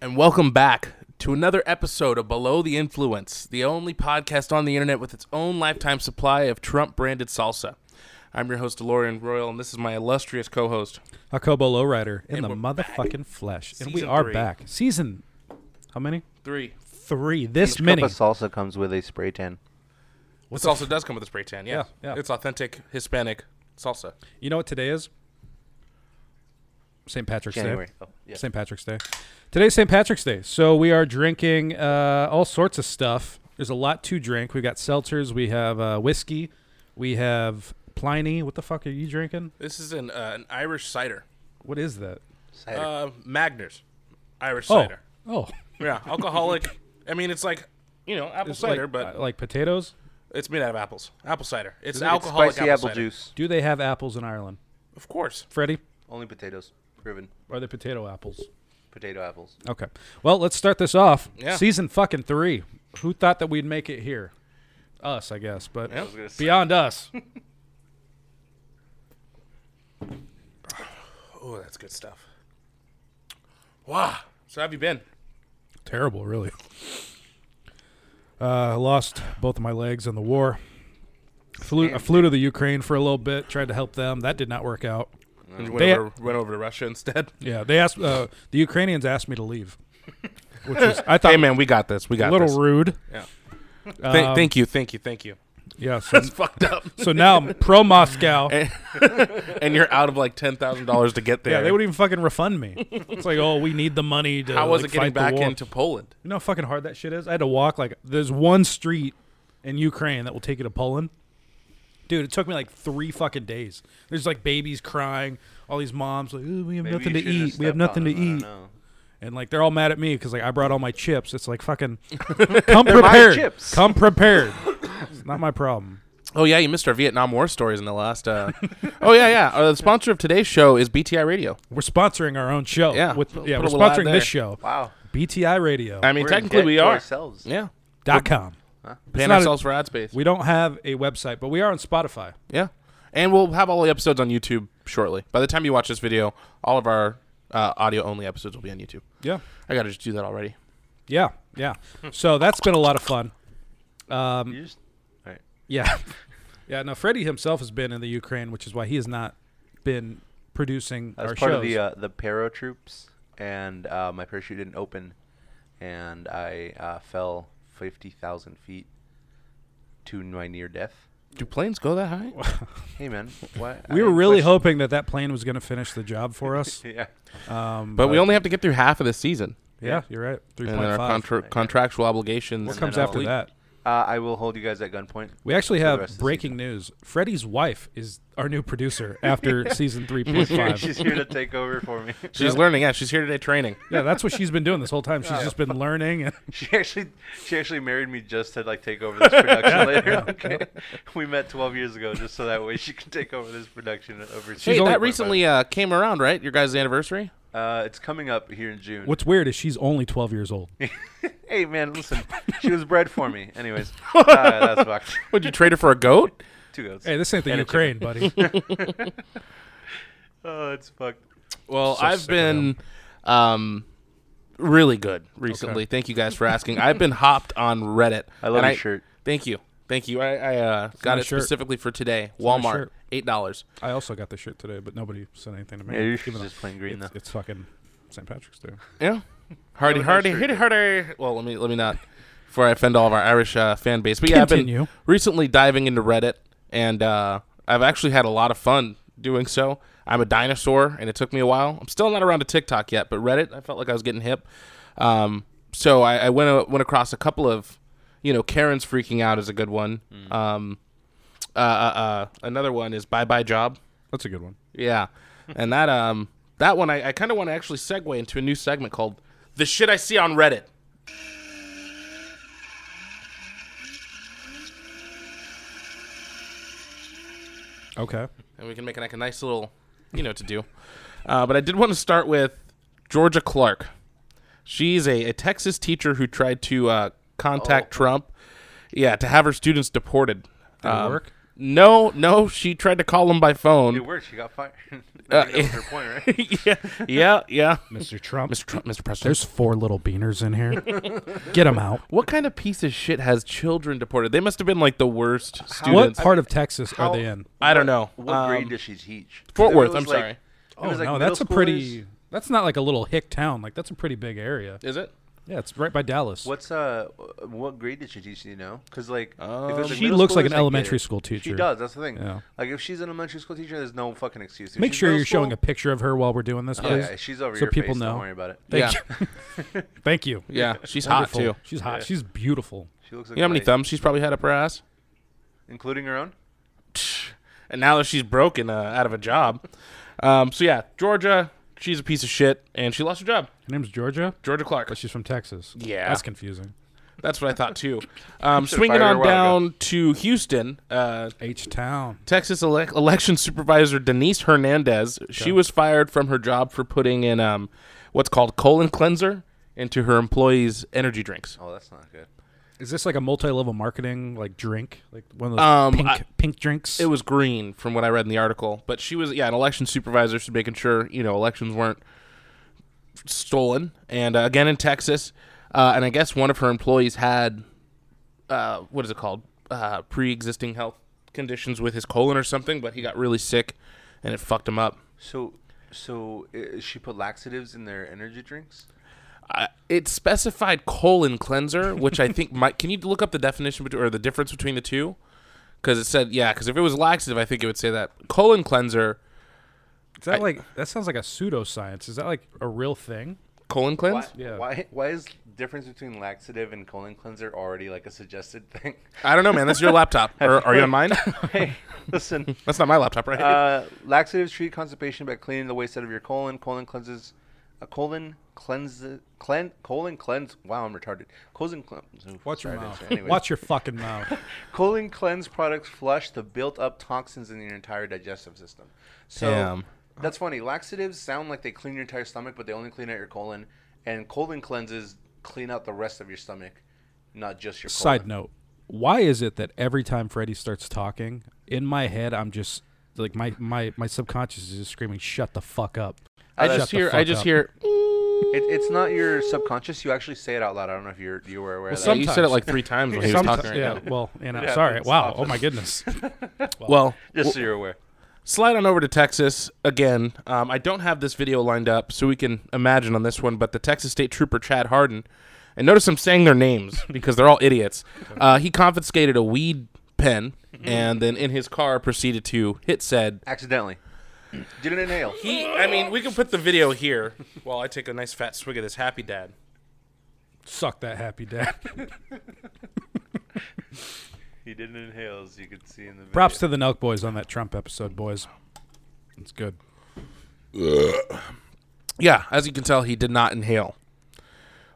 And welcome back to another episode of Below the Influence, the only podcast on the internet with its own lifetime supply of Trump branded salsa. I'm your host, DeLorean Royal, and this is my illustrious co host. Jacobo Lowrider in And the we're back. motherfucking flesh. and we Season are three. back. Season how many? Three. Three. This Each many. cup of salsa comes with a spray tan. What salsa does come with a spray tan, yeah. Yeah, yeah. It's authentic Hispanic salsa. You know what today is? St. Patrick's January. Day. Oh, yeah. St. Patrick's Day. Today's St. Patrick's Day. So we are drinking uh, all sorts of stuff. There's a lot to drink. We've got seltzers, we have uh, whiskey, we have Pliny. What the fuck are you drinking? This is an, uh, an Irish cider. What is that? Cider. Uh, Magners. Irish cider. Oh. Oh. Yeah, alcoholic. I mean, it's like, you know, apple It's cider, like, but uh, like potatoes. it's made out of apples. Apple cider. It's It's alcoholic spicy apple, cider. juice. Do they have apples in Ireland? Of course. Freddie, Only potatoes. Proven. are they potato apples? Potato apples. Okay. Well, let's start this off. Yeah. Season fucking three. Who thought that we'd make it here? Us, I guess, but Yeah. I was gonna say- beyond us. Oh, that's good stuff. Wow. So how have you been? Terrible, really. Uh, I lost both of my legs in the war. Flew, I flew to the Ukraine for a little bit, tried to help them. That did not work out. You went They- over, went over to Russia instead. Yeah, they asked uh, the Ukrainians asked me to leave, which was I thought Hey man, we got this. We a got little this. rude. Yeah. Um, Th- thank you, thank you, thank you. Yeah. So, It's fucked up. so now I'm pro Moscow. and you're out of like ten thousand dollars to get there. Yeah, they wouldn't even fucking refund me. It's like, oh, we need the money to. How was like, it getting fight the back war. into Poland? You know how fucking hard that shit is? I had to walk like there's one street in Ukraine that will take you to Poland. Dude, it took me like three fucking days. There's like babies crying, all these moms like, "Ooh, we have Maybe nothing you to shouldn't eat. We have stepped nothing to on them, I don't eat. know. And like they're all mad at me because like I brought all my chips. It's like fucking come prepared. chips. Come prepared. it's not my problem. Oh yeah, you missed our Vietnam War stories in the last. Uh... oh yeah, yeah. Uh, the sponsor of today's show is BTI Radio. We're sponsoring our own show. Yeah, With, put- yeah put a we're little ad sponsoring this there. show. Wow. BTI Radio I mean, We're in technically debt we to are. Ourselves. Yeah, dot com. paying not a- ourselves for ad space. We don't have a website, but we are on Spotify. Yeah, and we'll have all the episodes on YouTube shortly. By the time you watch this video, all of our uh, audio only episodes will be on YouTube. Yeah. I gotta just do that already. Yeah, yeah. So that's been a lot of fun. Um, You just, all right. Yeah, yeah. Now Freddie himself has been in the Ukraine, which is why he has not been producing I was our part shows. of the uh, the paro troops, and uh, my parachute didn't open, and I uh, fell fifty thousand feet to my near death. Do planes go that high? Hey man, what? we I were really pushed- hoping that that plane was going to finish the job for us. Yeah. Um, But we only have to get through half of this season, yeah, you're right. Three and point then our five. contra- contractual obligations. What what comes then after I'll- that? Uh, I will hold you guys at gunpoint. We actually for the have rest of the breaking news. Freddie's wife is our new producer after season three point season. five. She's here to take over for me. She's learning. Yeah, she's here today training. yeah, that's what she's been doing this whole time. She's just been learning. And She actually, she actually married me just to like take over this production later. Okay, we met 12 years ago just so that way she could take over this production over. hey, only- that recently uh, came around, right? Your guys' anniversary. Uh, it's coming up here in June. what's weird is she's only twelve years old. Hey man, listen, she was bred for me. Anyways, uh, that's fucked. Would you trade her for a goat? Two goats. Hey, this ain't the And a chicken. Ukraine, buddy. Oh, it's fucked. Well, So I've sick of them. been um, really good recently. Thank you guys for asking. I've been hopped on Reddit. I love and your shirt. Thank you, thank you. I, I uh, got my it shirt. specifically for today. my Walmart, shirt. eight dollars. I also got the shirt today, but nobody said anything to me. Yeah, you Even should though just plain green it's, though. it's fucking St. Patrick's Day. Yeah, hardy, nice hardy, shirt, hit it dude. harder. Well, let me let me not before I offend all of our Irish uh, fan base. But yeah, I've Continue. been recently diving into Reddit, and uh, I've actually had a lot of fun doing so. I'm a dinosaur, and it took me a while. I'm still not around to TikTok yet, but Reddit, I felt like I was getting hip. Um, so I, I went uh, went across a couple of, you know, Karen's freaking out is a good one. Um, uh, uh, uh, another one is Bye Bye Job. That's a good one. Yeah, and that um that one I, I kind of want to actually segue into a new segment called "The Shit I See on Reddit." Okay. and we can make like a nice little, you know, to do. Uh, but I did want to start with Georgia Clark. She's a, a Texas teacher who tried to uh, contact Trump, yeah, to have her students deported. Oh. Did it Um, work? No, no, she tried to call him by It phone. worked. She got fired. I mean, Uh, that was her point, right? yeah, yeah, yeah. Mr. Trump. Mr. Trump, Mr. President. There's four little beaners in here. Get them out. what kind of piece of shit has children deported? They must have been like the worst What students. part of Texas How- are they in? I don't know. What grade Um, does she teach? 'Cause Fort if it Worth, I'm was like- sorry. if it Oh was like no, middle that's a schoolers- pretty. That's not like a little hick town. Like that's a pretty big area. Is it? Yeah, it's right by Dallas. What's uh, what grade did she teach? You know, because like, Um, it's, She middle looks like schoolers, an I get elementary it. school She teacher. does. That's the thing. Yeah. Like, if she's an elementary school teacher, there's no fucking excuse. If Make she's sure middle you're school- showing a picture of her while we're doing this, Yeah, please. yeah, she's over so your people face. know. Don't worry about it. Thank Yeah. you. Thank you. Yeah, she's hot Wonderful. too. She's hot. She's beautiful. She looks like You know how many my- thumbs she's probably had up her ass? including her own. and now that she's broken uh, out of a job. Um, so yeah, Georgia, she's a piece of shit, and she lost her job. Her name's Georgia, Georgia Clark. but she's from Texas. Yeah. that's confusing. That's what I thought too. Um, Should've swinging fired her a on while ago. down to Houston, uh, H town. Texas elec election supervisor Denise Hernandez. She was fired from her job for putting in um, what's called colon cleanser into her employees' energy drinks. Oh, that's not good. Is this like a multi-level marketing like drink, like one of those Um, pink I- pink drinks? It was green from what I read in the article, but she was yeah an election supervisor, so making sure you know elections weren't stolen. And uh, again in Texas, uh, and I guess one of her employees had uh, what is it called uh, pre-existing health conditions with his colon or something, but he got really sick, and it fucked him up. So, so uh, she put laxatives in their energy drinks. I- it specified colon cleanser, which I think might. Can you look up the definition between, or the difference between the two? Because it said, yeah, because if it was laxative, I think it would say that. Colon cleanser, Is that I- like that sounds like a pseudoscience? Is that like a real thing? colon cleanse? Why, Yeah. why? Why is difference between laxative and colon cleanser already like a suggested thing? I don't know, man. That's your laptop. Or, are you on mine? hey, listen. That's not my laptop, right? Uh, laxatives treat constipation by cleaning the waste out of your colon. Colon cleanses. A colon cleanse. Clean. Colon cleanse. Wow, I'm retarded. Colon cleanse. oof, Watch your sorry, I didn't mouth. say- anyways. Watch your fucking mouth. Colon cleanse products flush the built-up toxins in your entire digestive system. So Damn. that's funny. Laxatives sound like they clean your entire stomach, but they only clean out your colon. And colon cleanses clean out the rest of your stomach, not just your. Side colon. note: Why is it that every time Freddie starts talking, in my head, I'm just like my my my subconscious is just screaming, "Shut the fuck up!" I Shut just the hear. I fuck just up. hear. It, it's not your subconscious. You actually say it out loud. I don't know if you're you were aware of Yeah, that. some- you said it like three times when he was Sometimes- talking right yeah. now. Well, and I'm Yeah, sorry. it's Wow. Oh often- my goodness. Well, Just so you're aware. slide on over to Texas again. Um, I don't have this video lined up, so we can imagine on this one. But the Texas State Trooper Chad Harden, and notice I'm saying their names because they're all idiots. Uh, he confiscated a weed pen, and then in his car proceeded to hit said. Accidentally. Didn't inhale. He, I mean, we can put the video here while I take a nice fat swig of this Happy Dad. Suck that happy dad. He didn't inhale, as you could see in the video. Props to the Nelk boys on that Trump episode, boys. It's good. Yeah, as you can tell, he did not inhale.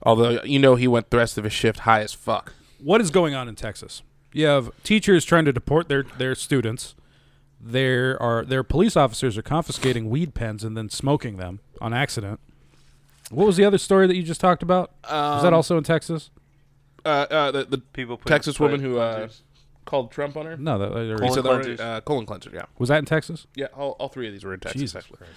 Although you know he went the rest of his shift high as fuck. What is going on in Texas? You have teachers trying to deport their their students. There are their police officers are confiscating weed pens and then smoking them on accident. What was the other story that you just talked about? was that Um, also in Texas? Uh, uh, the, the people. put- Texas put woman who uh, cleansers- called Trump on her. No, that, or- He said Colon that were- cleansers. uh, colon cleanser. Yeah, was that in Texas? yeah. All, all three of these were in Texas. Jesus actually. Christ.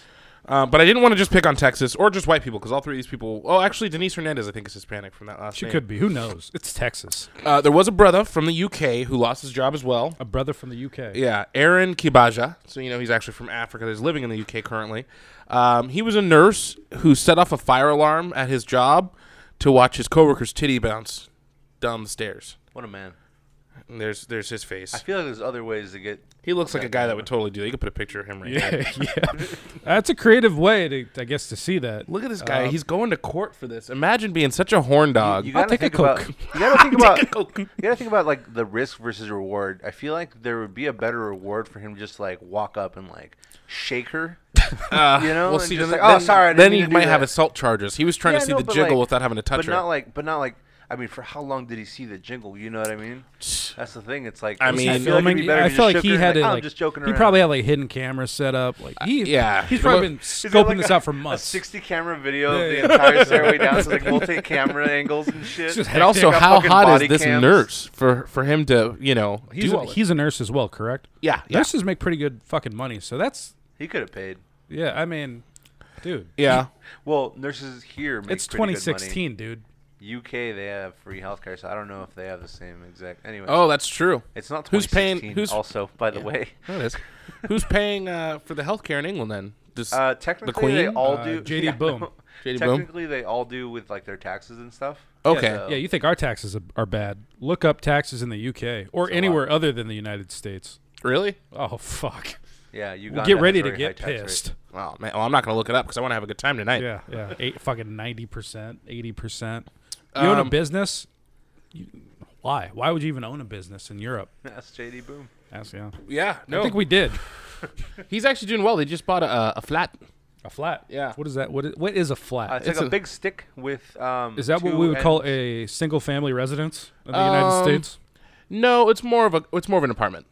Um, but I didn't want to just pick on Texas or just white people because all three of these people. Oh, actually, Denise Hernandez, I think, is Hispanic from that last She name. could be. Who knows? It's Texas. Uh, there was a brother from the UK who lost his job as well. A brother from the UK. Yeah, Aaron Kibaja. So you know he's actually from Africa. He's living in the UK currently. Um, he was a nurse who set off a fire alarm at his job to watch his coworker's titty bounce down the stairs. What a man. And there's there's his I face. feel like there's other ways to get. He looks like a guy that would totally do that. You could put a picture of him right there. Yeah, yeah. That's a creative way to, I guess, to see that. Look at this guy. he's going to court for this. Um, Imagine being such a horn dog. You I'll gotta take a think about. Coke. You gotta think about. Coke. You gotta think about like the risk versus reward. I feel like there would be a better reward for him to just like walk up and like shake her. you know, Uh, Well, and see, just then, like, oh, then- sorry. I didn't then mean he to do might have that." assault charges. He was trying Yeah, to see no, the but, jiggle like- without having to touch but her. not like but not like i I mean, for how long did he see the jingle? You know what I mean? That's the thing. It's like I was mean- I it'd feel like, it'd filming. be better I if you feel like just shook he her had and, it. like, "Oh, Like, I'm just joking He around." probably had like hidden camera set up. Like he, yeah. he's probably been Is there, scoping like, this a- out for months. A 60 camera video Yeah, of yeah. the entire stairway down. So like multi-camera angles and shit. It's just They And also, got how fucking hot body is this cams. nurse for for him to you know He's do a, all this? he's a nurse as well, correct? yeah, yeah, Nurses make pretty good fucking money, so that's He could have paid. yeah. I mean, dude, yeah. Well, nurses here make it's pretty good money. 2016, dude. UK they have free healthcare, so I don't know if they have the same exact. Anyway, Oh, that's true. it's not who's paying- 2016. who's- also, by the Yeah. way, That is. Who's paying uh, for the healthcare in England then? Does uh, technically they Queen? all Uh, do. JD I Boom. know. JD Boom? technically they all do with like their taxes and stuff. okay. Yeah, yeah, you think our taxes are- are bad? Look up taxes in the UK or It's a anywhere other than the United States. Really? Oh fuck! Yeah, you Get ready to get pissed. Oh man. Well, I'm not gonna look it up because I want to have a good time tonight. Yeah, yeah. Eight fucking ninety percent, eighty percent. You own a Um, business. You, why? Why would you even own a business in Europe? That's JD Boom. That's, yeah. Yeah, I no, think we did he's actually doing well. They just bought a, a- a flat. a flat. Yeah. What is that? What is, what is a flat? Uh, it's, It's like a, a- big stick with. Um, Is that what two we would call ends. a single family residence in the United Um, States? No, it's more of a it's more of an apartment.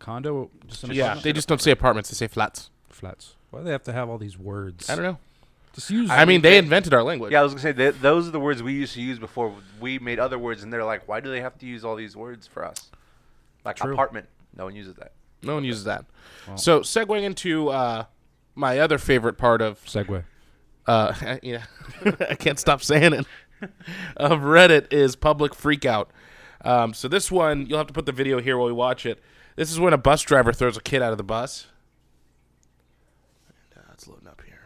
Condo? Just an Yeah, apartment? they just don't say apartments; they say flats. Flats. Why do they have to have all these words? I don't know. Just use. I mean, mean, they they- invented our language. Yeah, I was gonna say that those are the words we used to use before we made other words, and they're like, why do they have to use all these words for us? Like True. apartment, no one uses that. no one uses that. So, segueing into uh, my other favorite part of segue. uh, yeah, I can't stop saying it. of Reddit is public freakout. Um, so this one, you'll have to put the video here while we watch it. This is when a bus driver throws a kid out of the bus. And, uh, it's loading up here.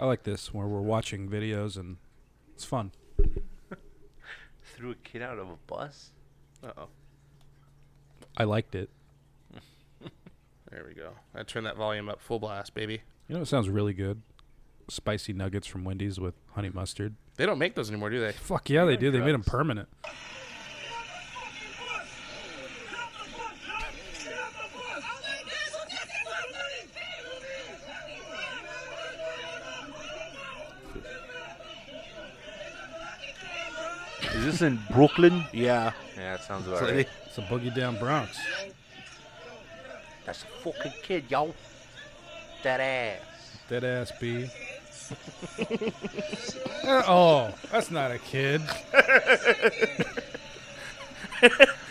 I like this where we're watching videos and it's fun. Threw a kid out of a bus. Uh oh, I liked it. there we go. I turned that volume up full blast, baby. You know, it sounds really good. Spicy nuggets from Wendy's with honey mustard. They don't make those anymore, do they? Fuck yeah, they do. They made them drugs. permanent. Is this in Brooklyn? Yeah. Yeah, that sounds about right. It's a boogie down Bronx. That's a fucking kid, yo. That ass. Dead ass B. oh, that's not a kid.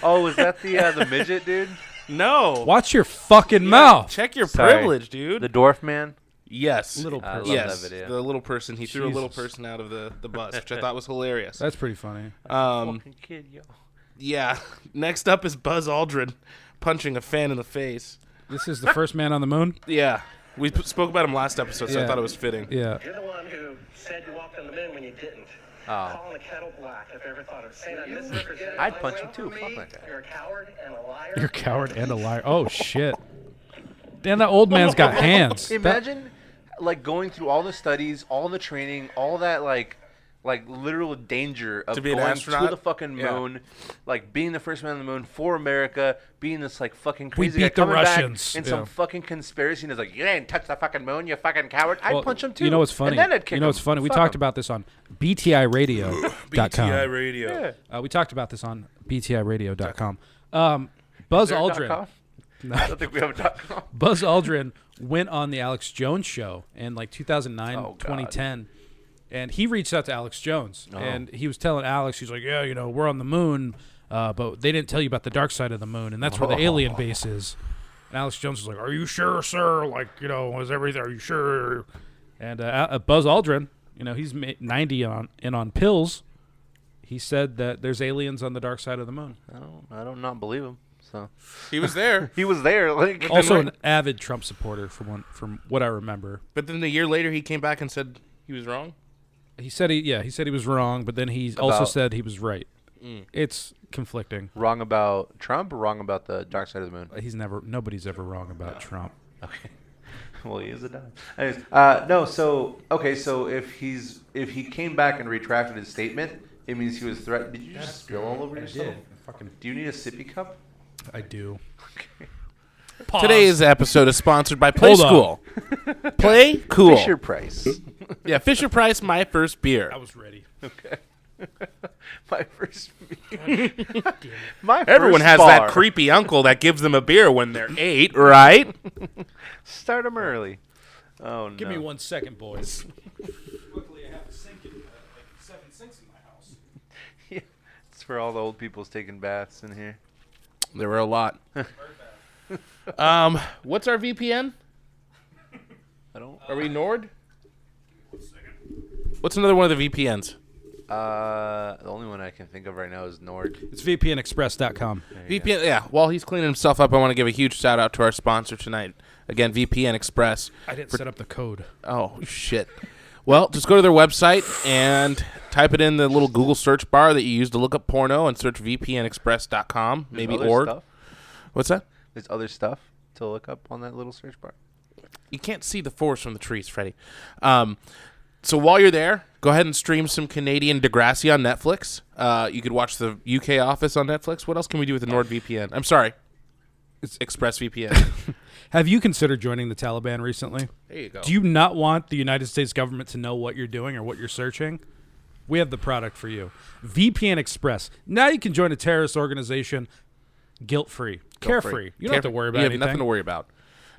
Oh, is that the uh, the midget dude? No. Watch your fucking mouth. Check your Sorry. privilege, dude. The dwarf man? yes. Uh, Little I love person. Yes, that video. the little person. He threw a little Jesus. person out of the, the bus, which I thought was hilarious. That's pretty funny. Um, fucking kid, yo. Yeah. Next up is Buzz Aldrin punching a fan in the face. This is the first man on the moon. Yeah. We p- spoke about him last episode, so Yeah. I thought it was fitting. Yeah. You're the one who said you walked on the moon when you didn't. Oh. Calling the kettle black if I ever thought of saying I misrepresented. I'd my punch will him too, for fuck me. that guy. You're a coward and a liar. You're a coward and a liar. Oh shit. Damn, that old man's got hands. That- Imagine like going through all the studies, all the training, all that like like literal danger of To be an going astronaut? to the fucking Yeah. moon, like being the first man on the moon for America, being this like fucking crazy beat guy the coming Russians. back and Yeah. some fucking conspiracy and is like, you didn't touch the fucking moon, you fucking coward. I'd Well, punch him too. You know what's funny? And then I'd kick you know what's him. funny? We Fuck talked him. about this on BTIRadio.com. Radio. Yeah. Uh, we talked about this on BTIRadio.com. Um, Buzz Is there a dot Aldrin. com? I don't think we have a dot com. Buzz Aldrin went on the Alex Jones show in like 2009, Oh, God. Oh. 2010. And he reached out to Alex Jones and he was telling Alex, he's like, Yeah, you know, we're on the moon, uh, but they didn't tell you about the dark side of the moon, and that's Oh. where the alien base is. And Alex Jones was like, Are you sure, sir? Like, you know, is everything, are you sure? And uh, Al- uh, Buzz Aldrin, you know, he's ma- 90 on and on pills. He said that there's aliens on the dark side of the moon. I don't, I don't not believe him. So He was there, he was there. Like Also, an avid Trump supporter, from one, from what I remember. but then the year later he came back and said he was wrong. He said he yeah he said he was wrong, but then he also About- Mm. said he was right. It's conflicting. wrong about Trump or wrong about the dark side of the moon. He's never nobody's ever wrong about Trump. Okay. well, he is a dime. Anyways, uh, no. So okay. So if he's if he came back and retracted his statement, it means he was threatened. Did you just spill all over yourself? Fucking, Do you need a sippy cup? I do. Today's episode is sponsored by Play Hold on. School. Play cool. Fisher Price. Yeah, Fisher Price, my first beer. I was ready. okay. my first beer. my Everyone first has bar. that creepy uncle that gives them a beer when they're eight, right? Start them early. Oh no. Give me one second, boys. Luckily, I have a sink in, uh, like seven sinks in my house. Yeah, it's for all the old people's taking baths in here. There were a lot. um, what's our VPN? I don't. Are we Nord? What's another one of the VPNs? Uh, the only one I can think of right now is Nord. It's VPNExpress.com. VPN, yeah. While he's cleaning himself up, I want to give a huge shout out to our sponsor tonight. Again, VPN Express. I didn't set up the code. Oh shit. Well, just go to their website and type it in the little Google search bar that you use to look up porno and search VPNExpress.com, maybe Other or stuff. what's that? There's other stuff to look up on that little search bar. You can't see the forest from the trees, Freddie. Um, so while you're there, go ahead and stream some Canadian Degrassi on Netflix. Uh, you could watch the UK Office on Netflix. What else can we do with the NordVPN? I'm sorry, it's ExpressVPN. Have you considered joining the Taliban recently? there you go. Do you not want the United States government to know what you're doing or what you're searching? We have the product for you. VPN Express. Now you can join a terrorist organization guilt free, carefree. You don't have to worry about You have anything. nothing to worry about.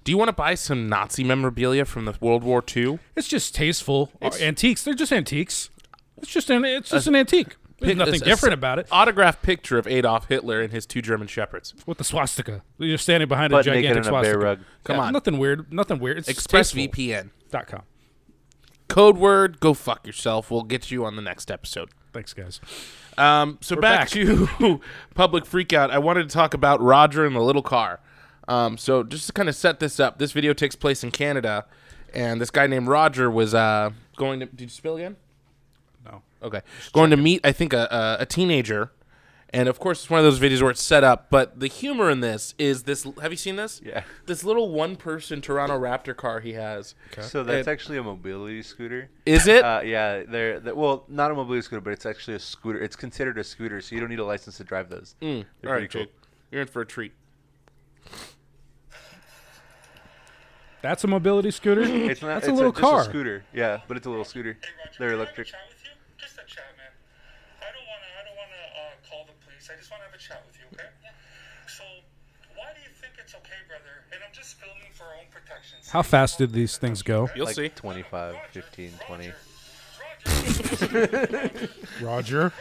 Do you want to buy some Nazi memorabilia from the World War II? It's just tasteful. Uh, antiques. They're just antiques. It's just an it's just Uh, an antique. There's pic- nothing it's a- different about it. Autographed picture of Adolf Hitler and his two German shepherds. With the swastika. You're standing behind a Butt naked gigantic in a swastica. bear rug. Come on. Nothing weird. Nothing weird. It's ExpressVPN. tasteful.com. Code word, go fuck yourself. We'll get you on the next episode. Thanks, guys. Um, so back, back. to public freakout. I wanted to talk about Roger and the little car. Um, so just to kind of set this up, this video takes place in Canada, and this guy named Roger was uh, going to. Did you spill again? No. Okay, going to meet I think a, a, a teenager, and of course it's one of those videos where it's set up. But the humor in this is this. Have you seen this? Yeah. This little one-person Toronto Raptor car he has. Okay. So that's actually a mobility scooter. Is it? Uh, yeah, they're, they well, not a mobility scooter, but it's actually a scooter. It's considered a scooter, so you don't need a license to drive those. Mm, All right, Jake, you're in for a treat. That's a mobility scooter. It's not. That's a it's little just car. A scooter. Yeah, but it's a little scooter. Hey, Roger, They're can I electric. Have a chat with you? Just a chat, man. I don't wanna, I don't wanna uh, call the police. I just wanna have a chat with you, okay? Yeah. So, why do you think it's okay, brother? And I'm just filming for our own protection. How fast did these things go? You'll like see. 25, 15, 20. Roger. Roger, Roger, Roger, I'm not gonna do nothing.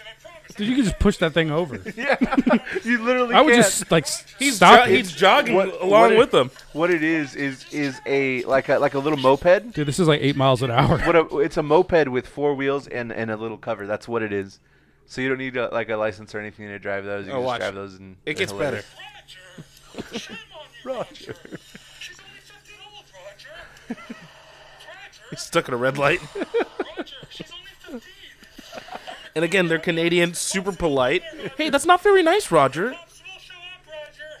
I promise. Dude, you could just push that thing over. You literally. I would can't. just like s- He's stop jo- it. he's jogging What- along what- with them. What it is is is a like a like a little moped. Dude, this is like eight miles an hour. What a, it's a moped with four wheels and, and a little cover. That's what it is. So you don't need a, like a license or anything to drive those. You Oh, can just watch. drive those and It they're gets better. hilarious. Roger, shame on you, Roger. She's only 15 old, Roger. He's Roger, stuck in a red light. Roger, she's only 15. And again, they're Canadian, super polite. Hey, that's not very nice, Roger. Cops will show up,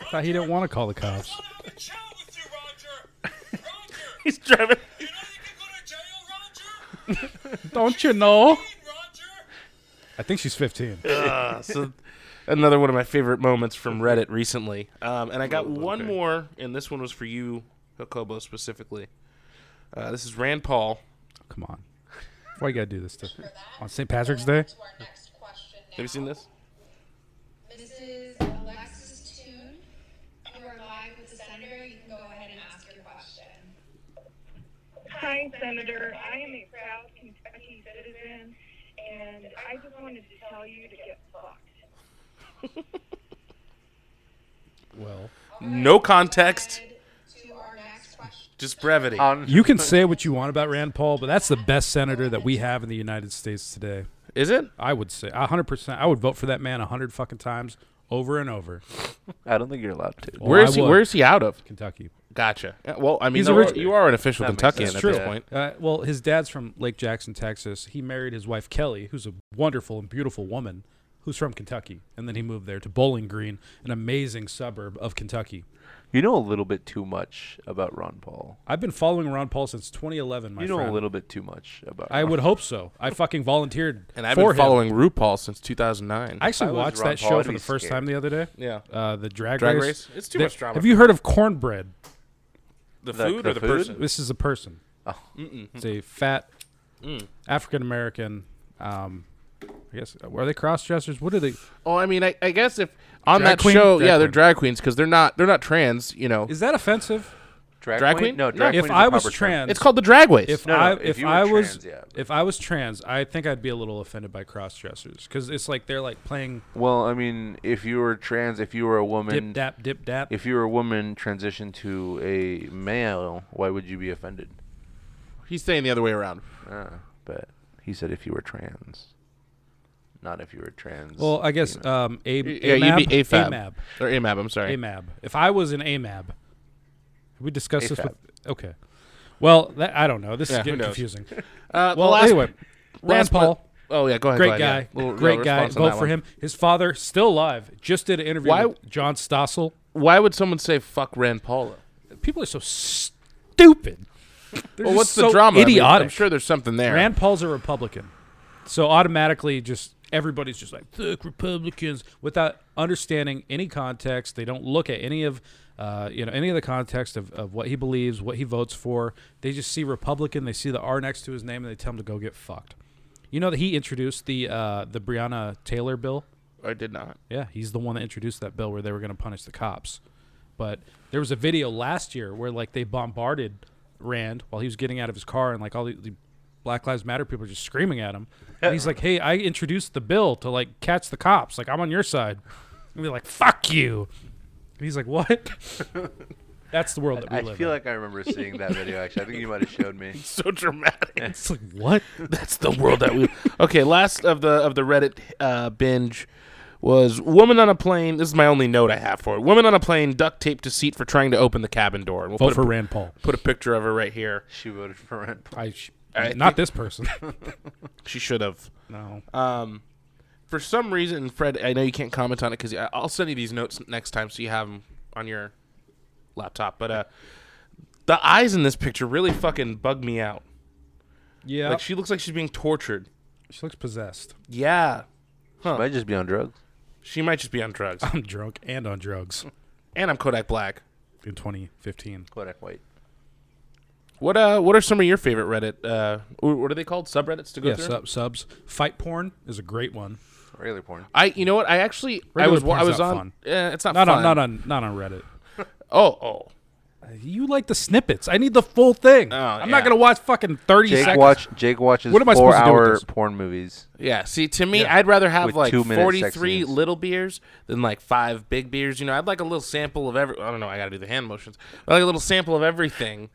Roger. thought he didn't want to call the I cops. just want to have a chat with you, Roger. Roger, He's driving. you know you can go to jail, Roger. Don't you know? Hey, Roger. I think she's 15. Uh, So, another one of my favorite moments from Reddit recently. Um, and I got one more, and this one was for you, Hokobo, specifically. Uh, this is Rand Paul. Come on. Why you gotta do this to on St. Patrick's Day? To our next question now. Have you seen this? Mrs. Alexis Toon, you are live with the senator. You can go ahead and ask your question. Hi, Senator. I am a proud Kentucky citizen, and I just wanted to tell you to get fucked. Well, No context, Head to our next question. just brevity. On you can say what you want about Rand Paul, but that's the best senator that we have in the United States today. Is it? I would say 100%. I would vote for that man 100 fucking times over and over. I don't think you're allowed to. Well, Where oh, I is he? would. Where is he out of? Kentucky. Gotcha. Yeah, well, I mean, He's though, orig- you are an official That makes Kentuckian sense. at True. this point. Uh, well, his dad's from Lake Jackson, Texas. He married his wife Kelly, who's a wonderful and beautiful woman, who's from Kentucky, and then he moved there to Bowling Green, an amazing suburb of Kentucky. You know a little bit too much about Ron Paul. I've been following Ron Paul since 2011, my you know friend. a little bit too much about. I Ron would hope so. I fucking volunteered And I've for been him. following RuPaul since 2009. I actually I was watched Ron that Paul, show I'd for be the first scared. time the other day. yeah. Uh, the drag, Drag race? race. It's too They- much drama Have for you heard of cornbread? The The- food the or the food? person? This is a person. Oh. It's a fat African American. Um, I guess are they cross dressers? What are they? Oh, I mean, I, I guess if on Drag that queen? show, Drag yeah, they're queen. drag queens because they're not they're not trans. You know, Is that offensive? Drag, Drag queen? queen? No, drag if queen. is I a was proper term. trans, it's called the drag ways. If No, no, I if if, you were I was trans, yeah, but- if I was trans, I think I'd be a little offended by cross dressers because it's like they're like playing Well, I mean, if you were trans, if you were a dip woman, dap dip dap. if you were a woman transitioned to a male, why would you be offended? He's saying the other way around. Uh, but he said if you were trans, not if you were trans. well, I guess um, a, Yeah, you'd be AFAB. AMAB. Or AMAB, I'm sorry. AMAB. If I was an AMAB, we discussed this AFAB. with. Okay. Well, that, I don't know. This Yeah, is who getting knows? confusing. Uh, the Well, last- anyway, Rand last but- Paul, Oh yeah, go ahead. great go ahead, guy, yeah. Little- great little guy. response on Vote that for one. him. His father still alive. Just did an interview Why- with John Stossel. Why would someone say fuck Rand Paul? though? People are so stupid. They're Well, just what's so the drama? I mean, Idiotic. I'm sure there's something there. Rand Paul's a Republican, so automatically, just everybody's just like fuck Republicans without understanding any context. They don't look at any of, uh, you know, any of the context of, of what he believes, what he votes for. They just see Republican. They see the R next to his name, and they tell him to go get fucked. You know that he introduced the uh, the Breonna Taylor bill. I did not. Yeah, he's the one that introduced that bill where they were going to punish the cops. But there was a video last year where like they bombarded Rand while he was getting out of his car and like all the, the Black Lives Matter people are just screaming at him. And he's like, "Hey, I introduced the bill to like catch the cops. Like I'm on your side." And we're like, "Fuck you." And he's like, "What?" That's the world that we I live feel in. like I remember seeing that video. Actually, I think you might have showed me. So dramatic. it's like what? That's the world that we. Okay, last of the of the Reddit uh, binge was woman on a plane. This is my only note I have for it. Woman on a plane duct taped to seat for trying to open the cabin door. And we'll Vote put for a, Rand Paul. put a picture of her right here. She voted for Rand Paul. I, sh- I think- not this person. She should have. no. Um, for some reason, Fred, I know you can't comment on it because I'll send you these notes next time so you have them on your laptop. But uh, the eyes in this picture really fucking bug me out. yeah. Like she looks like she's being tortured. she looks possessed. Yeah, Might just be on drugs. she might just be on drugs. I'm drunk and on drugs and I'm Kodak Black. in 2015. Kodak White. What uh? What are some of your favorite Reddit? Uh, wh- what are they called? Subreddits to go Yeah, through. sub, subs. Fight porn is a great one. Regular porn. I you know what? I actually I Regular was wa- I porn's was not on. fun. Eh, it's not Not fun. on, not on, not on Reddit. Oh oh. You like the snippets. I need the full thing. I'm yeah. not gonna watch fucking 30 Jake seconds. watch. Jake watches What am I supposed to do with four-hour this? porn movies. Yeah, see, to me, Yeah. I'd rather have With like two-minute sex 43 scenes. little beers than like five big beers. You know, I'd like a little sample of every. I don't know, I gotta do the hand motions. I like a little sample of everything.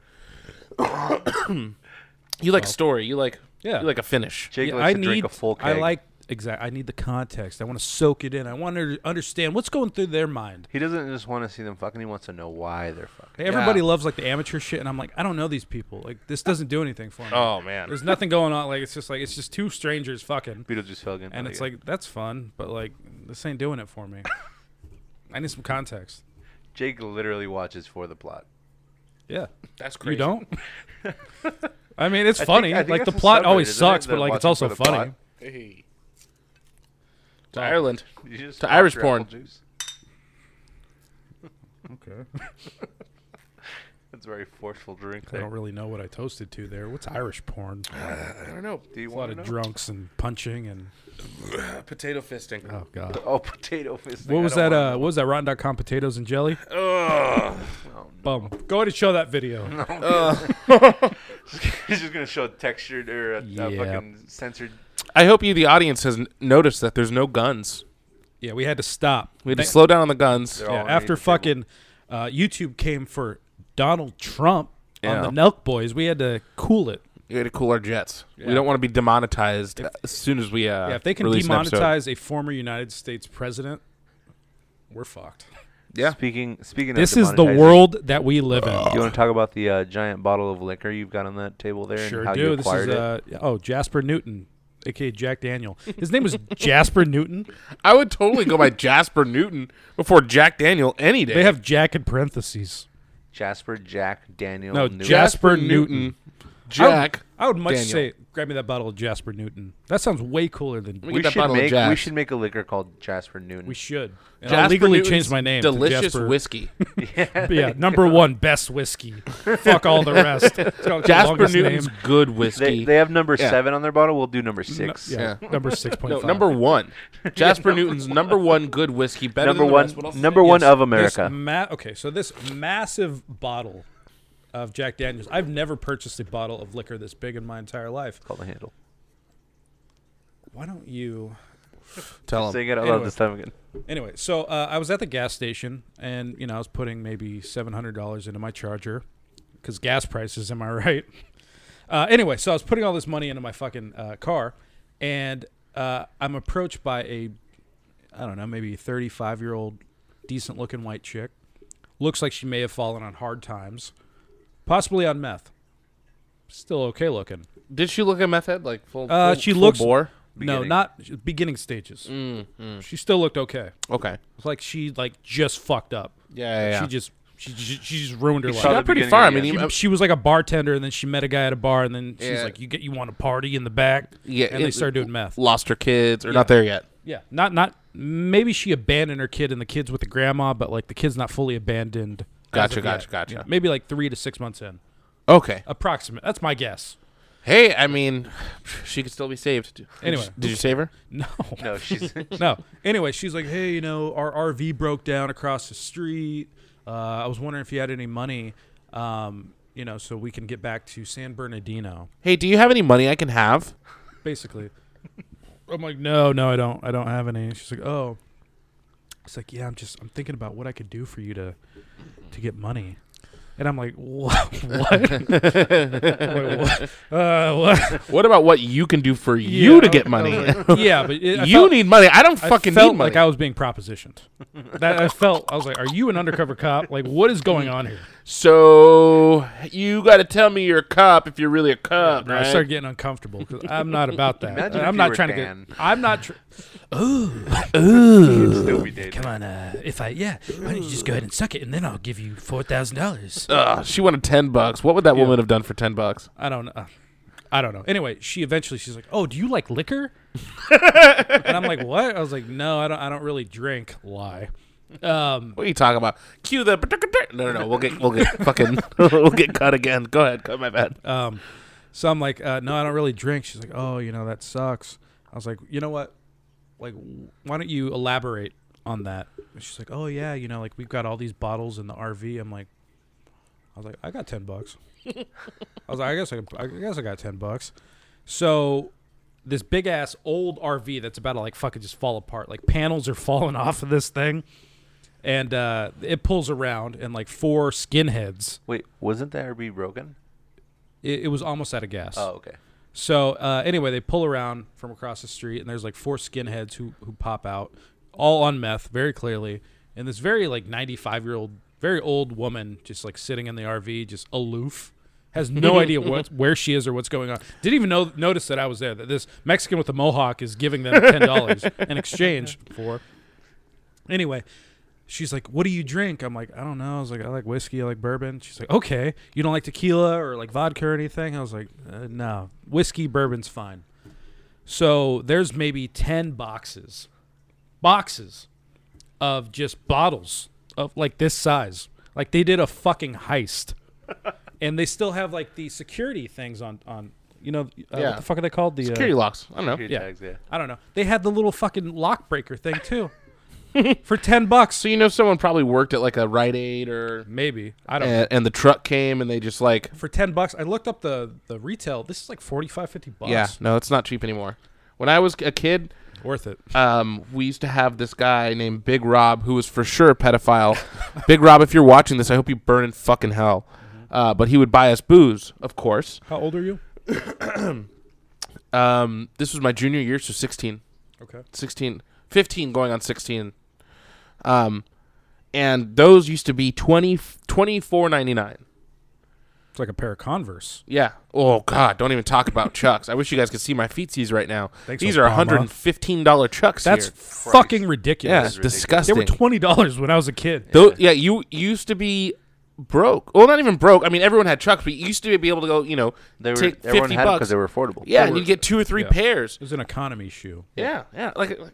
you like a story. You like, Yeah. you like a finish. Jake Yeah, likes I to need. drink a full keg. I like exact. I need the context. I want to soak it in. I want to understand what's going through their mind. He doesn't just want to see them fucking. He wants to know why they're fucking. Hey, Everybody loves like the amateur shit, and I'm like, I don't know these people. Like this doesn't do anything for me. Oh man, There's nothing going on. Like it's just like it's just two strangers fucking, Beetlejuice Felgen. and it's like that's fun, but like this ain't doing it for me. I need some context. Jake literally watches for the plot. Yeah. that's crazy. You don't? I mean, it's I think- funny. I think like the that's a plot subreddit, always isn't it? sucks, but The like it's watching also for the funny. plot. Hey. To Wow. Ireland. You just To watch Irish your apple porn. Juice. Okay. That's a very forceful drink. I There. don't really know what I toasted to there. What's Irish porn? I don't know. Do A you lot want to of know? drunks and punching and Potato fisting. oh god. oh, potato fist. What was that? Uh, what was that? Rotten.com potatoes and jelly. Oh, Ugh. Bum. Go ahead and show that uh, video. He's just gonna show a textured or a, a Yeah. fucking censored. I hope you, the audience, has n- noticed that there's no guns. Yeah, we had to stop. We had to Thank- slow down on the guns. They're all yeah, underneath after the table. fucking uh, YouTube came for Donald Trump Yeah. on the Nelk Boys, we had to cool it. We had to cool our jets. Yeah. We don't want to be demonetized as soon as we. Uh, Yeah, if they can release an episode. demonetize a former United States president, we're fucked. Yeah. Speaking. Speaking. This of is the demonetizing, world that we live in. You want to talk about the uh, giant bottle of liquor you've got on that table there Sure and how you do. This acquired is uh, oh Jasper Newton, aka Jack Daniel. His name is Jasper Newton. I would totally go by Jasper Newton before Jack Daniel any day. They have Jack in parentheses. it? Jasper Jack Daniel. No, Newton. Jasper Newton. Jack I would much Daniel. say grab me that bottle of Jasper Newton. That sounds way cooler than We we, get that should bottle of make we Jas. should make a liquor called Jasper Newton. should. And I'll Jasper legally Newton's change my name. to Delicious Jasper- whiskey. Yeah, number one best whiskey. Fuck all the rest. It's got the Jasper longest Newton's name. good whiskey. They, they have number Yeah. seven on their bottle. We'll do number six. Yeah, number six point no, five. number one. Jasper Newton's number one good whiskey. Better Number than the one, rest. What else did number they- one Yes. of This America. ma- okay, so this massive bottle of Jack Daniels. I've never purchased a bottle of liquor this big in my entire life. Call the handle. Why don't you? Tell him. Sing it out loud anyway. this time again. Anyway, so uh, I was at the gas station, and you know I was putting maybe seven hundred dollars into my charger, because gas prices. Am I right? Uh, anyway, so I was putting all this money into my fucking uh, car, and uh, I'm approached by a, I don't know, maybe 35 year old, decent looking white chick. Looks like she may have fallen on hard times, possibly on meth. Still okay looking. Did she look at meth head like full? Uh, full- she full looks- bore. No, Beginning. not beginning stages. She still looked okay. Okay. It's like she like just fucked up. Yeah, yeah, yeah. She just she, she, she just ruined her He life. shot Got the pretty beginning far. I of the mean, She, he- she was like a bartender, and then she met a guy at a bar, and then she's Yeah. like, "You get you want to party in the back?" yeah, and they it- started doing meth. Lost her kids or not there yet. Yeah, not not maybe she abandoned her kid and the kids with the grandma, but like the kid's not fully abandoned. as Gotcha, of gotcha, yet. gotcha. Yeah, maybe like three to six months in, Okay. approximate. That's my guess. Hey, I mean, she could still be saved. Did you- Anyway. did you save her? No, No, she's no. Anyway, she's like, "Hey, you know, our RV broke down across the street. Uh, I was wondering if you had any money, um, you know, so we can get back to San Bernardino." Hey, do you have any money I can have? Basically, I'm like, "No, no, I don't. I don't have any." She's like, "Oh." It's like, "Yeah, I'm just I'm thinking about what I could do for you to to get money." And I'm like, "What? what? Wait, what? Uh, what? What about what you can do for you Yeah, to I- get I money? was like, yeah, but it, I you felt- need money. I don't fucking I felt need money. like I was being propositioned. That I felt I was like, "Are you an undercover cop? Like, what is going on here?" so you got to tell me you're a cop if you're really a cop, And right? I started getting uncomfortable because I'm not about that. Imagine if I'm you not were trying Dan. to get. I'm not. Tr- still be dating. on, uh, if I yeah, why don't you just go ahead and suck it, and then I'll give you four thousand dollars. Ugh, she wanted ten bucks. What would that woman have done for ten bucks? I don't know. I don't know. Anyway, she eventually she's like, "Oh, do you like liquor?" and I'm like, "What?" I was like, "No, I don't. I don't really drink." Lie. Um, What are you talking about? Cue the no, no, no. We'll get we'll get fucking we'll get Uh, cut again. Go ahead, cut my bad. Um, so I'm like, uh, no, I don't really drink. She's like, oh, you know, that sucks. I was like, you know what? Like, why don't you elaborate on that? And she's like, oh yeah, you know, like we've got all these bottles in the RV. I'm like, I was like, I got ten bucks. I was like, I guess I, I guess I got ten bucks. So this big ass old RV that's about to like fucking just fall apart. Like panels are falling off of this thing. And uh, it pulls around, and like four skinheads. Wait, wasn't the RB broken? It, it was almost out of gas. Oh, okay. So uh, anyway, they pull around from across the street, and there's like four skinheads who who pop out, all on meth, very clearly, and this very like 95 year old, very old woman just like sitting in the RV, just aloof, has no idea what where she is or what's going on. Didn't even know notice that I was there. That this Mexican with the mohawk is giving them ten dollars in exchange for. Anyway, she's like, "What do you drink?" I'm like, "I don't know." I was like, "I like whiskey. I like bourbon." She's like, "Okay, you don't like tequila or like vodka or anything?" I was like, uh, "No, whiskey, bourbon's fine." So there's maybe ten boxes, boxes of just bottles of like this size. Like they did a fucking heist, and they still have like the security things on on. You know, uh, Yeah. what the fuck are they called? The uh, Security locks. I don't know. Your Yeah. tags, yeah. I don't know. They had the little fucking lock breaker thing too, for ten bucks. So you know someone probably worked at like a Rite Aid or Maybe I don't. know. and, and the truck came and they just like for 10 bucks i looked up the the retail this is like 45 50 bucks yeah no it's not cheap anymore. When I was a kid, worth it um, we used to have this guy named Big Rob who was for sure a pedophile. Big Rob, if you're watching this, I hope you burn in fucking hell. Mm-hmm. Uh, but he would buy us booze, of course. how old are you Um, this was my junior year, so 16. okay 16 15 going on 16 um and those used to be 20 24.99 it's like a pair of converse yeah oh god don't even talk about chucks i wish you guys could see my feetsies right now Thanks, these Obama. are $115 chucks that's here. fucking Christ. yeah it's ridiculous ridiculous. they were disgusting $20 when i was a kid Tho- yeah you used to be broke. Well, not even broke. I mean, everyone had trucks, but you used to be able to go, you know, They were take everyone 50 had bucks. because they were affordable. yeah, They and were- you get two or three Yeah. pairs. It was an economy shoe. Yeah, yeah. Like, like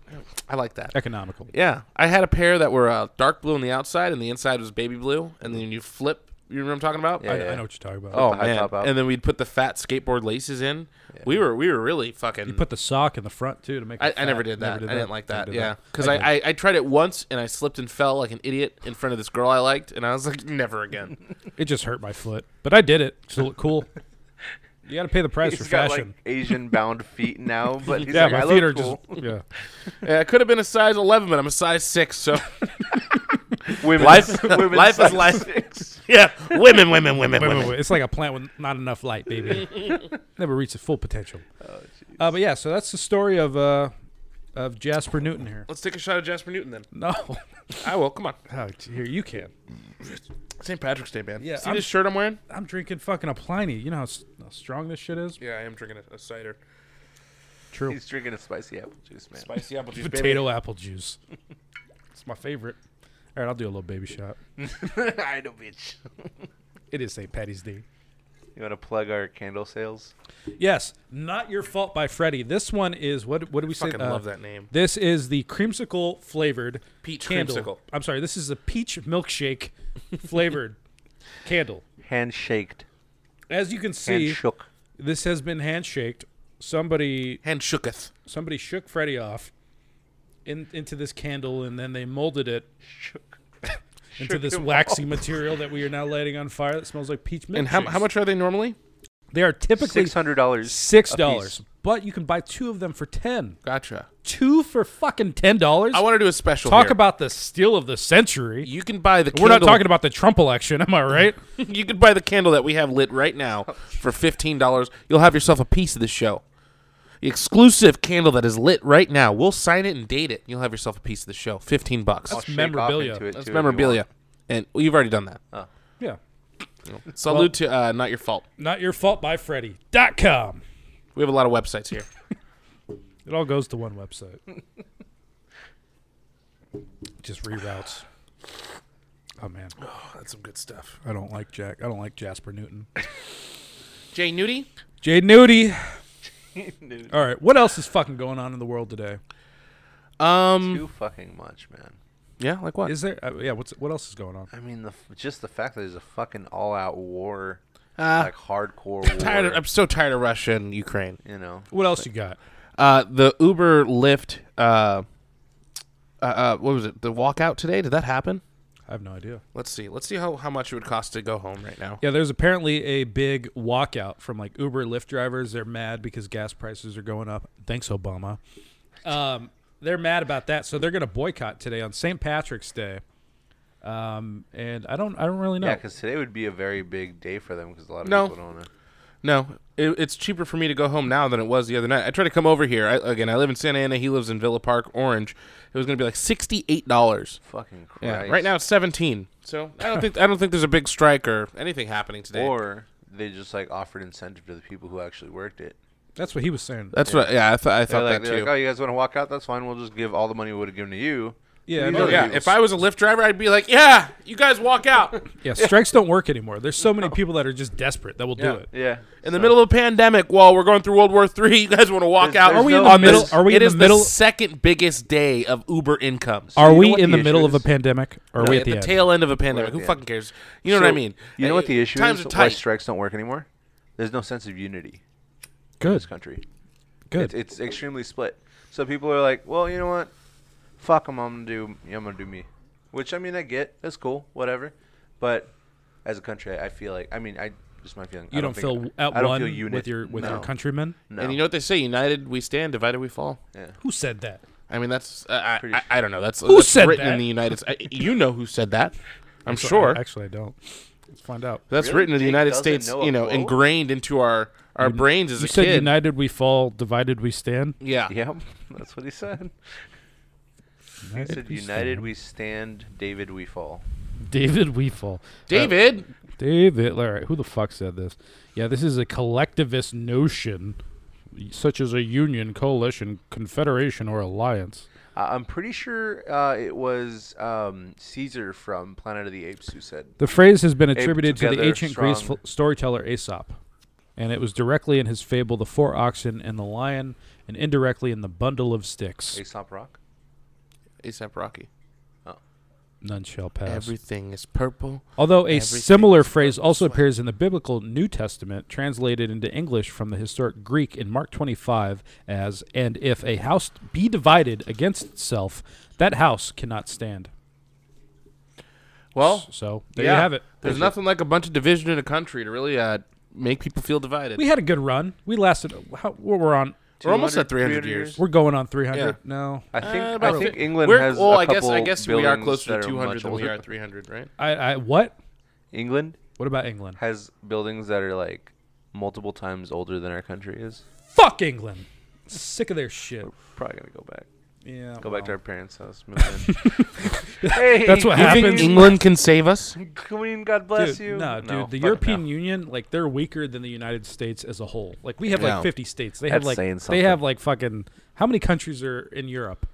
I like that. Economical. Yeah, I had a pair that were uh, dark blue on the outside, and the inside was baby blue. And then you flip. You remember what I'm talking about? Yeah, I, yeah. I know what you're talking about. Oh the high man! top out. And then we'd put the fat skateboard laces in. We were we were really fucking. You put the sock in the front too to make. It I, I fat. never did that. I didn't like Never that. did yeah, because I, I, I tried it once and I slipped and fell like an idiot in front of this girl I liked, and I was like, never again. did. it just hurt my foot, but I did it to look cool. You got to pay the price for He's got like fashion. Asian bound feet now, but he's yeah, like, I my look feet are cool. just yeah. yeah, I could have been a size 11, but I'm a size six. So Women, Life- women life is size life. six. yeah, women, women, women, Wait, women. wait, wait. It's like a plant with not enough light, baby. Never reached its full potential. uh, but yeah, so that's the story of uh, of Jasper Newton here. Let's take a shot of Jasper Newton then. No, I will. Come on, oh, here you can. St. Patrick's Day, man. Yeah, See I'm- this shirt I'm wearing? I'm drinking fucking a Pliny. You know how, s- how strong this shit is. Yeah, I am drinking a, a cider, True. He's drinking a spicy apple juice, man. spicy apple juice, Potato apple juice. it's my favorite. All right, I'll do a little baby shot. I know, bitch. It is St. Patty's Day. You want to plug our candle sales? Yes, not your fault by Freddy. This one is what? What do we say? Uh, fucking love that name. This is the creamsicle flavored Peach candle. creamsicle. I'm sorry. This is a peach milkshake flavored candle. Handshaked, As you can see, handshook. this has been handshaked. Somebody Hand shooketh. somebody shook Freddy off in, into this candle, and then they molded it Shook. into this him waxy material that we are now lighting on fire that smells like peach milk. And how, how much are they normally? They are typically Six hundred dollars. six dollars, but you can buy two of them for ten. Gotcha. Two for fucking ten dollars. I want to do a special. Talk here. about the steal of the century. You can buy the. We're not candle- talking about the Trump election, am I right? You could buy the candle that we have lit right now for fifteen dollars. You'll have yourself a piece of the show. The exclusive candle that is lit right now. We'll sign it and date it. You'll have yourself a piece of the show. Fifteen bucks. That's, memorabilia. That's memorabilia. Oh. And well, you've already done that. yeah. Salute to uh, not your fault. Not your fault by Freddy.com. We have a lot of websites here. It all goes to one website. Just reroutes. Oh man. That's some good stuff. I don't like Jack. I don't like Jasper Newton. Jay Nudie. Jade Nudie. All right. What else is fucking going on in the world today? Um. Too fucking much, man. Yeah. Like what? Is there? Uh, yeah. What's what else is going on? I mean, the f- just the fact that there's a fucking all-out war, Uh, like hardcore tired. war. Of, I'm so tired of Russia and Ukraine. you know, What else you got? Uh, the Uber Lyft. Uh, uh, uh, what was it? The walkout today. Did that happen? I have no idea. Let's see. Let's see how, how much it would cost to go home right now. Yeah, there's apparently a big walkout from like Uber, Lyft drivers. They're mad because gas prices are going up. Thanks, Obama. Um, they're mad about that, so they're going to boycott today on St. Patrick's Day. Um, and I don't, I don't really know. yeah, because today would be a very big day for them because a lot of No. people don't. Know. No, it, it's cheaper for me to go home now than it was the other night. I tried to come over here. I, again, I live in Santa Ana. He lives in Villa Park, Orange. It was going to be like sixty-eight dollars. Fucking Christ. Yeah. Right now it's seventeen. So I don't think I don't think there's a big strike or anything happening today. or they just like offered incentive to the people who actually worked it. That's what he was saying. that's what. Yeah, I, th- I They're thought like, that they're too. like, oh, you guys want to walk out? That's fine. We'll just give all the money we would have given to you. yeah, These no, other yeah, people- if I was a Lyft driver, I'd be like, "Yeah, you guys walk out in yeah. Strikes don't work anymore. There's so many people that are just desperate that will do Yeah. it. Oh. yeah, the middle of a pandemic while we're going through World War III. You guys want to walk There's- out? there's Are we in no- the on middle- this- are we in it the is middle- second biggest day of Uber income. Are you know we what in the the middle issue of a is? pandemic? Or are we Yeah, at the, end? tail end of a pandemic. at Who the fucking end. cares? You know what I So, mean? You know Uh, what the issue times is? Are Why tight. strikes don't work anymore? There's no sense of unity in Good, this country. good. It's extremely split. So people are like, well, you know what? Fuck them. I'm gonna do. yeah, I'm gonna do me. Which I mean, I get. That's cool. Whatever. But as a country, I feel like. I mean, I just my feeling. you I don't, think- feel at I don't one feel unit. with your with your No. countrymen. No. And you know what they say: united we stand, divided we fall. Who said that? I mean, that's uh, I, Pretty I, sure. I don't know. That's Who that's said written that? in the United. States. you know who said that? I'm So, I- sure actually, I don't. Let's find out. that's Really? written in the Jake United doesn't States. know a you know, quote? ingrained into our our brains as You a said kid. united we fall, divided we stand. yeah. Yep. That's what he said. He said, "United we stand, David we fall." David we fall. David, Uh, David. All right. Who the fuck said this? Yeah, this is a collectivist notion, such as a union, coalition, confederation, or alliance. Uh, I'm pretty sure uh, it was um, Caesar from Planet of the Apes who said The phrase has been attributed to the together, ancient Greek strong. storyteller Aesop, and it was directly in his fable "The Four Oxen and the Lion," and indirectly in the Bundle of Sticks. Aesop Rock. ASAP Rocky. None shall pass. Everything is purple. Although a everything similar is phrase purple also sweat. appears in the biblical New Testament, translated into English from the historic Greek in Mark 25 as "And if a house be divided against itself, that house cannot stand." Well, So there yeah, you have it. There's nothing like a bunch of division in a country to really uh, make people feel divided. We had a good run. We lasted. How, what we're on? We're almost at 200, 300 years. We're going on 300 Yeah. now. I think Uh, I about think fi- England we're- has. Well, a I guess couple I guess we are buildings closer that to are 200 much than we older. are 300, right? I, I what? England What about England? has buildings that are like multiple times older than our country is. Fuck England. Sick of their shit. Probably gonna go back. Yeah. Go back to our parents' house. Move in. hey, That's what You happened. think England can save us? Queen, God bless Dude, you. No, dude, the fuck European no. Union, like they're weaker than the United States as a whole. Like we have Yeah. like 50 states. They have That's like saying they have something. like fucking how many countries are in Europe?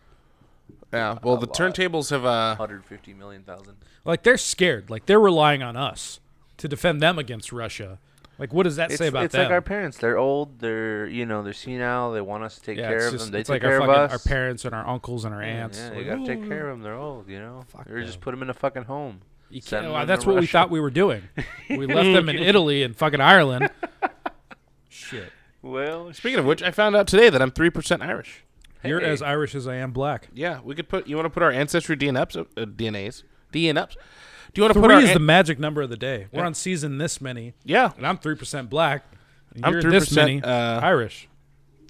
Yeah. Well, the lot. turntables have uh 150 million thousand. Like they're scared. Like they're relying on us to defend them against Russia. Like what does that It's, say about it's them? like our parents. They're old. They're you know they're senile. They want us to take yeah, care it's of just, them. They it's take like care our of fucking, us. our parents and our uncles and our aunts. Yeah, Like, you gotta take "Ooh, care of them. They're old, you know. Fuck They're just them. put them in a fucking home. You Send can't, them well, to that's what we Russia. thought we were doing. We left them in Italy and fucking Ireland. Shit. Well, Speaking of which, I found out today that I'm 3% Irish. You're Hey. as Irish as I am black. Yeah, we could put you want to put our ancestry DNAs uh, DNAs DNAs. Do you want to put Three our is an- the magic number of the day. We're on season this many, Yeah, and I'm three percent black. and I'm you're this 3%, many uh, Irish.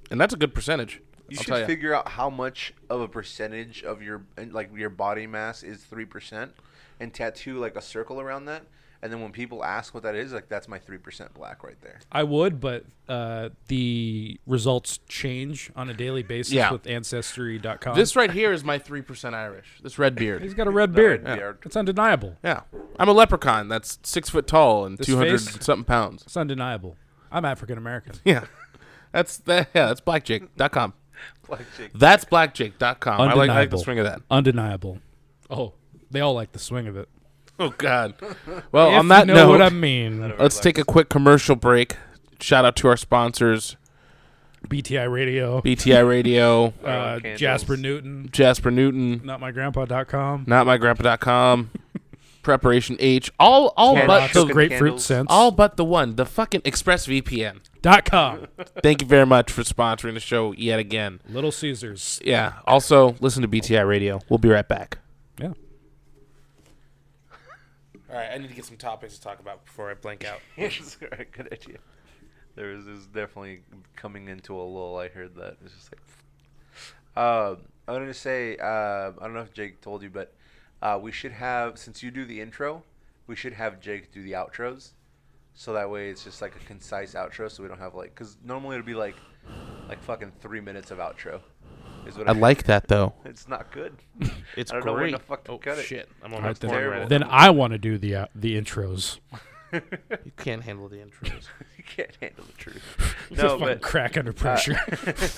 and that's a good percentage. You I'll tell should you. figure out how much of a percentage of your and, like your body mass is three percent, and tattoo like a circle around that. And then when people ask what that is, like that's my three percent black right there. I would, but uh, the results change on a daily basis Yeah. with ancestry.com. This right here is my 3% Irish. This red He's beard. got a red beard. red beard. It's undeniable. Yeah. I'm a leprechaun that's 6 foot tall and This 200 face? and something pounds. It's undeniable. I'm African American. Yeah. That's that yeah, that's blackjake.com. Uh, Black chick. That's blackjake.com. I like, I like the Undeniable. swing of that. Undeniable. Oh, they all like the swing of it. Oh god. Well, If on that you know note, what I mean. let's take a quick commercial break. Shout out to our sponsors, BTI Radio, BTI Radio, uh, Candles. Jasper Newton, Jasper Newton, notmygrandpa.com. notmygrandpa.com, Preparation H, all all Candles. but Box of the Cooking grapefruit candles. scents. all but the one, the fucking ExpressVPN. dot com. Thank you very much for sponsoring the show yet again. Little Caesars. Yeah. Also, listen to BTI Radio. We'll be right back. Yeah. All right, I need to get some topics to talk about before I blank out. Yes, alright, good idea. There is, is definitely coming into a lull. I heard that. It's just like, um, I wanted to say, uh, I don't know if Jake told you, but uh, we should have since you do the intro, we should have Jake do the outros, so that way it's just like a concise outro, so we don't have like, because normally it'd be like, like fucking three minutes of outro. Is what I like that though. It's not good. It's I don't know where great. the fuck to oh cut it. shit! I'm All on right, the phone then, right terrible. then now. I want to do the uh, the intros. You can't handle the intros. you can't handle the truth. Just No, fucking Oh, but crack under pressure.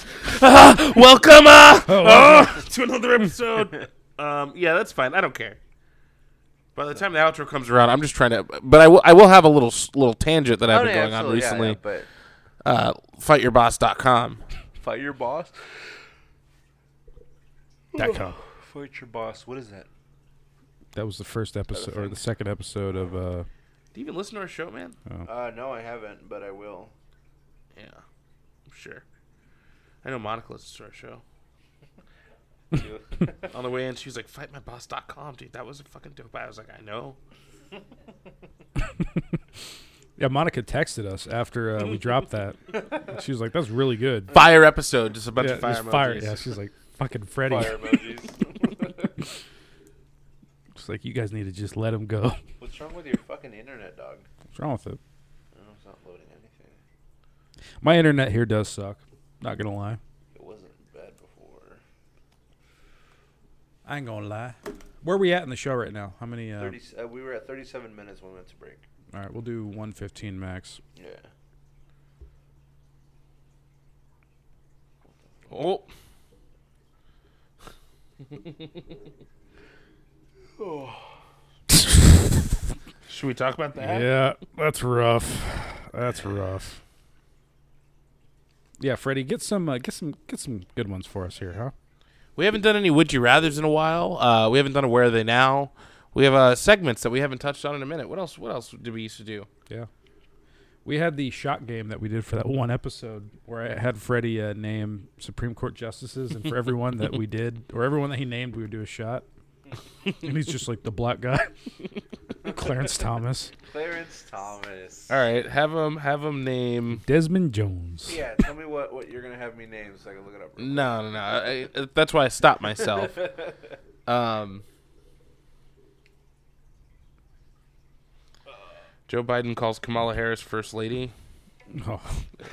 Oh, Welcome uh, uh, to another episode. um, yeah, that's fine. I don't care. By the time the outro comes around, I'm just trying to. But I will. I will have a little s- little tangent that I've Oh, been yeah, going on absolutely, yeah, recently. yeah, but uh, fightyourboss.com. fight your boss. dot com. Fight your boss. What is that? That was the first episode or the second episode of. Uh, Do you even listen to our show, man? Uh, no, I haven't, but I will. Yeah, I'm sure. I know Monica listens to our show. On the way in, she was like, "Fightmyboss.com, dude. That was a fucking dope." I was like, "I know." yeah, Monica texted us after uh, we dropped that. She was like, "That's really good." Fire episode, just a bunch yeah, of it fire. was emojis. fire. Yeah, she's like, "Fucking Freddy." emojis. She's like, "You guys need to just let him go." What's wrong with your fucking internet, dog? What's wrong with it? No, it's not loading anything. My internet here does suck. Not gonna lie. It wasn't bad before. I ain't gonna lie. Where we at in the show right now? How many? Uh, Thirty. Uh, we were at thirty-seven minutes when we went to break. all right, we'll do one fifteen max. Yeah. Oh. Should we talk about that? Yeah, that's rough. That's rough. Yeah, Freddie, get some, uh, get some, get some good ones for us here, huh? We haven't done any would you rather's in a while. Uh, we haven't done a where are they now. We have uh, segments that we haven't touched on in a minute. What else? What else did we used to do? Yeah. We had the shot game that we did for that one episode where I had Freddie uh, name Supreme Court justices, and for everyone that we did, or everyone that he named, we would do a shot. and he's just like the black guy, Clarence Thomas, Clarence Thomas. All right, have them have them name. Desmond Jones. Yeah, tell me what, what you're gonna have me name so I can look it up. real No, no, no. I, I- that's why I stopped myself. Um, Joe Biden calls Kamala Harris first lady. Oh.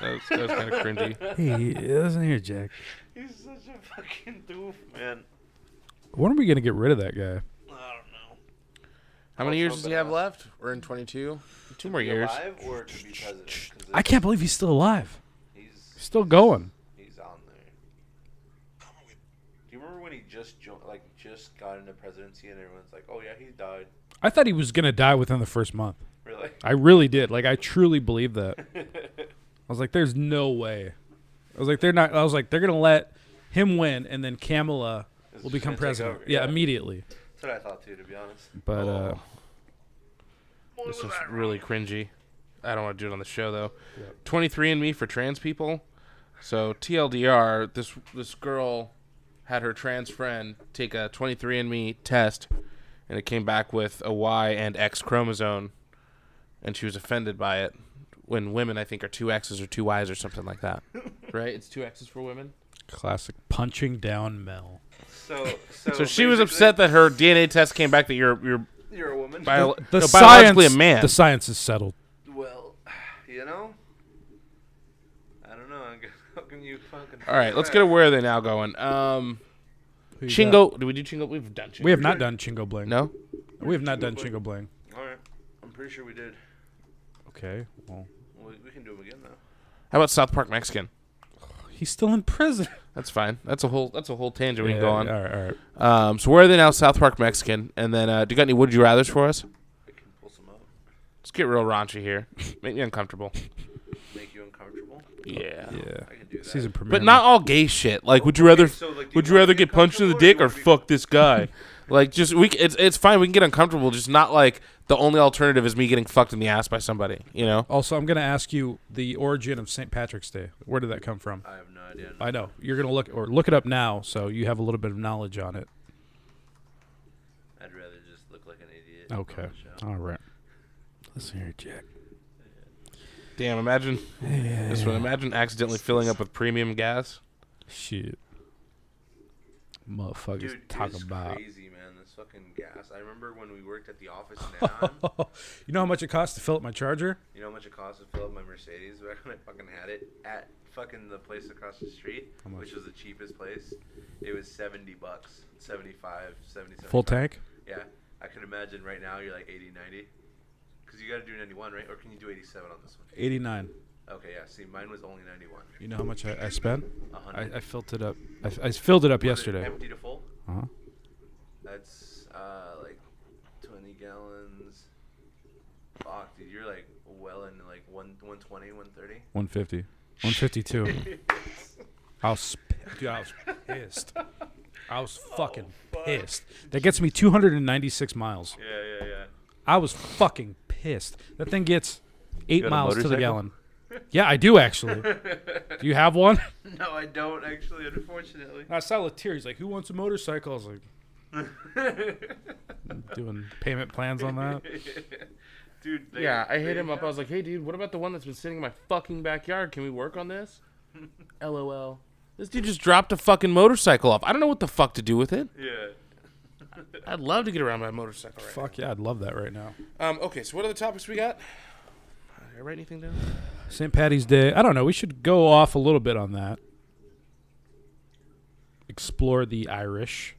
That was, that was kind of cringy. Hey, listen here, Jack. quick. He's such a fucking doof, man. When are we gonna get rid of that guy? I don't know. How many years does he have left? We're in 22. Two more Be years. Alive or to be president? 'cause I can't believe he's still alive. He's Still going. he's on there. Do you remember when he just joined, like just got into presidency, and everyone's like, "Oh yeah, he died." I thought he was gonna die within the first month. Really? I really did. Like I truly believe that. I was like, there's no way. I was like, they're not. I was like, they're gonna let him win, and then Kamala It's will just become gonna take president. over, Yeah, yeah. immediately. That's what I thought too, to be honest. But uh, This was really cringy. I don't want to do it on the show though. 23andMe for trans people. So TLDR, this this girl had her trans friend take a 23andMe test, and it came back with a Y and X chromosome, and she was offended by it. When women, I think, are two X's or two Y's or something like that, right? It's two X's for women. classic punching down Mel. So so. So she was basically, upset that her DNA test came back that you're you're You're a woman. bio- The no, science, biologically a man. The science is settled. Well, you know. I don't know. I'm gonna- How can you fucking? All right, let's go to where are they now going? Um, Chingo, do we do Chingo? We've done Chingo. We have not done Chingo Bling. no. we have not done Chingo Bling. All right. I'm pretty sure we did. Okay. Well, We, we can do them again though. How about South Park Mexican? he's still in prison. That's fine. That's a whole. That's a whole tangent we can go Yeah, on. All right. All right. Um, so where are they now? South Park Mexican, and then uh, do you got any would you rather's for us? I can pull some up. Let's get real raunchy here. Make me uncomfortable. Make you uncomfortable. Yeah. Yeah. I can do that. Season premiere. But not all gay shit. Like, would you rather? so, like, do would you you wanna rather get get punched in the comfortable or dick do you or wanna be- fuck this guy? like, just we. c- It's it's fine. We can get uncomfortable. Just not like the only alternative is me getting fucked in the ass by somebody. You know. Also, I'm gonna ask you the origin of St. Patrick's Day. Where did that come from? I have no idea. I know you're gonna look or look it up now, so you have a little bit of knowledge on it. I'd rather just look like an idiot. on Okay. the show. All right. Listen here, Jack. Damn. Imagine this one. Imagine accidentally filling up with premium gas. Shit. Motherfuckers Dude, dude, talk it's about. crazy, man. This fucking gas. I remember when we worked at the office in Anaheim. you know how much it costs to fill up my charger? you know how much it cost to fill up my Mercedes back when I fucking had it at fucking the place across the street, much? which was the cheapest place. It was seventy bucks, 75, 70, Full 75. tank? Yeah, I could imagine right now you're like 80, 90. Because you got to do 91, right? Or can you do 87 on this one? 89. Okay, yeah. See, mine was only 91. You know how much I, I spent? A hundred. I, I filled it up. I, f- I filled it up yesterday. Empty to full. Uh-huh. That's uh, like 20 gallons. Fuck, dude, you're like well into like one, 120, 130. 150. 152. I was, p- dude, I was pissed. I was Oh, fucking pissed. That gets me 296 miles. Yeah, yeah, yeah. I was fucking pissed. That thing gets eight got a miles to the motorcycle? gallon. Yeah, I do actually. do you have one? No, I don't actually, unfortunately. I saw Latier. He's like, "Who wants a motorcycle?" I was like, doing payment plans on that. Dude, they, Yeah, I hit they him up. I have- was like, "Hey, dude, what about the one that's been sitting in my fucking backyard? Can we work on this?" LOL. This dude just dropped a fucking motorcycle off. I don't know what the fuck to do with it. Yeah. I'd love to get around my motorcycle. Right Fuck yeah, I'd love that right now. now. Um. Okay. So what other topics we got? Did I write anything down? St. Patty's Day. I don't know. We should go off a little bit on that. Explore the Irish.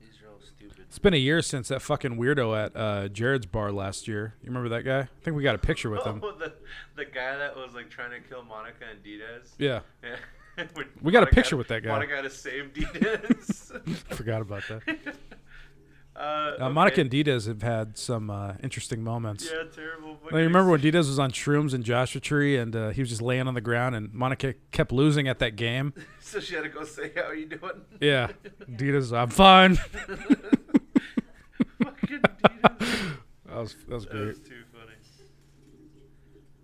These are all stupid. It's been a year since that fucking weirdo at uh, Jared's bar last year. You remember that guy? I think we got a picture with him. Oh, the, the guy that was like trying to kill Monica and Diaz. Yeah. Yeah. We got a Monica- picture with that guy. Monica had a save Diaz. Forgot about that. uh, Uh, okay. Monica and Didas have had some uh, interesting moments. Yeah, terrible. I remember when Didas was on shrooms in Joshua Tree and uh, he was just laying on the ground and Monica kept losing at that game. So she had to go say, "How are you doing?" Yeah. Didas, I'm fine. Fucking Ditas. That was, that was That great. was too funny.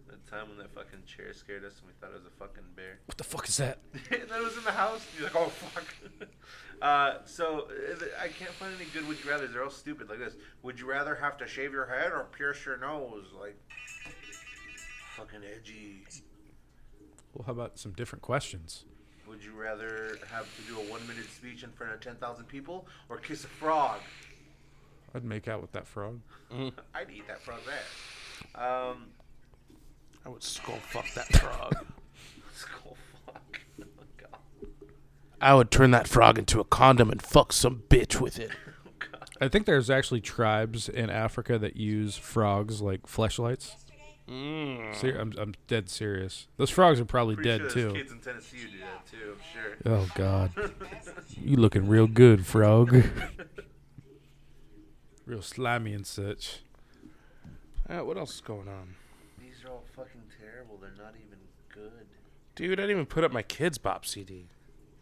That time when that fucking chair scared us and we thought it was a fucking bear. What the fuck is that? and then it was in the house. And you're like, oh fuck. Uh, so uh, th- I can't find any good would you rather. They're all stupid like this. Would you rather have to shave your head or pierce your nose? Like fucking edgy. Well, how about some different questions? Would you rather have to do a one minute speech in front of ten thousand people or kiss a frog? I'd make out with that frog. I'd eat that frog's ass. Um, I would skull fuck that frog. skull fuck. Oh, God. I would turn that frog into a condom and fuck some bitch with it. Oh, God. I think there's actually tribes in Africa that use frogs like fleshlights. Hmm. Ser- I'm, I'm dead serious. Those frogs are probably Pretty dead sure there's too. Kids in Tennessee who do that too. I'm sure. Oh God, you looking real good, frog. real slimy and such. Uh, what else is going on? These are all fucking terrible. They're not even good. Dude, I didn't even put up my kids' bop CD.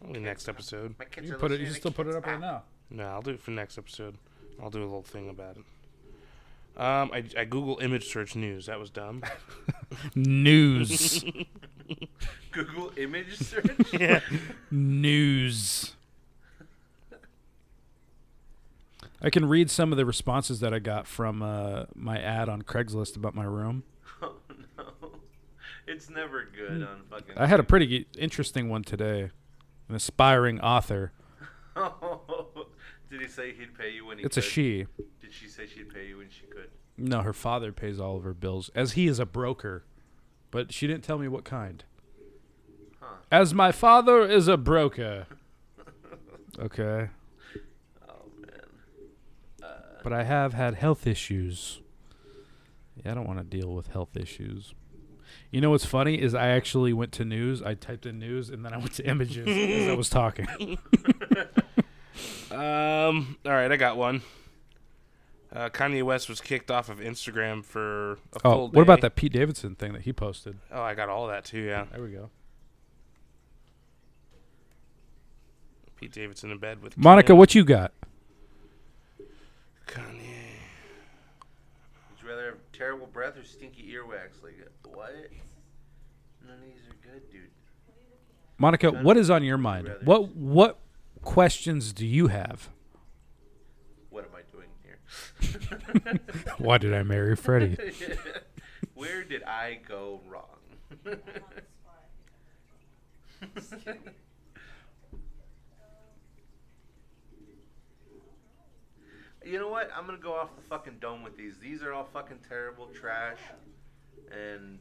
Only next episode. My kids You are put it. You listening can to still put it up Kids right now. No, I'll do it for next episode. I'll do a little thing about it. Um, I, I Google image search news. That was dumb. News. Google image search. News. I can read some of the responses that I got from uh, my ad on Craigslist about my room. oh no, it's never good on fucking. I had a pretty interesting one today. An aspiring author. Did he say he'd pay you when he? It's a could? she. Did she say she'd pay you when she could? No, her father pays all of her bills, as he is a broker. But she didn't tell me what kind. Huh. As my father is a broker. okay. Oh man. But I have had health issues. Yeah, I don't want to deal with health issues. You know what's funny is I actually went to news. I typed in news and then I went to images as I was talking. Um, all right, I got one. Uh, Kanye West was kicked off of Instagram for a Oh, full what about day. that Pete Davidson thing that he posted? Oh, I got all that too. Yeah, There we go. Pete Davidson in bed with Monica, Kanye. what you got? Kanye. Would you rather have terrible breath or stinky earwax? Like what? None of these are good, dude. Monica, what is on your mind? Rather- What what questions do you have? What am I doing here? Why did I marry Freddie? Where did I go wrong? you know what? I'm gonna go off the fucking dome with these. These are all fucking terrible trash, and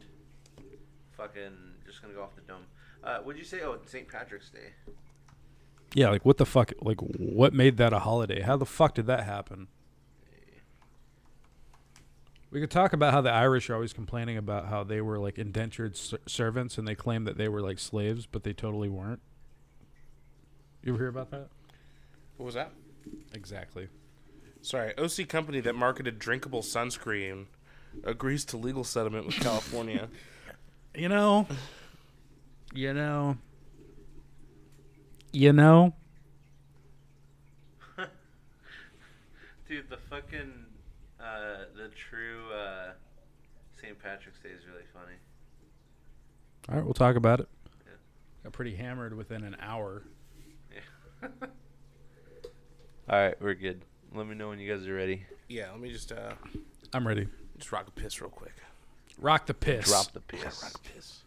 fucking just gonna go off the dome. Uh, what'd you say? Oh, it's St. Patrick's Day. yeah, like what the fuck? Like what made that a holiday? How the fuck did that happen? We could talk about how the Irish are always complaining about how they were like indentured ser- servants and they claim that they were like slaves, but they totally weren't. You ever hear about that? What was that? Exactly. Sorry, OC company that marketed drinkable sunscreen agrees to legal settlement with California. You know. You know. You know. Dude, the fucking uh, the true uh, St. Patrick's Day is really funny. All right, we'll talk about it. Got pretty hammered within an hour. All right, we're good. Let me know when you guys are ready. yeah, let me just uh, I'm ready. just rock a piss real quick. Rock the piss. Drop the piss. Rock a piss.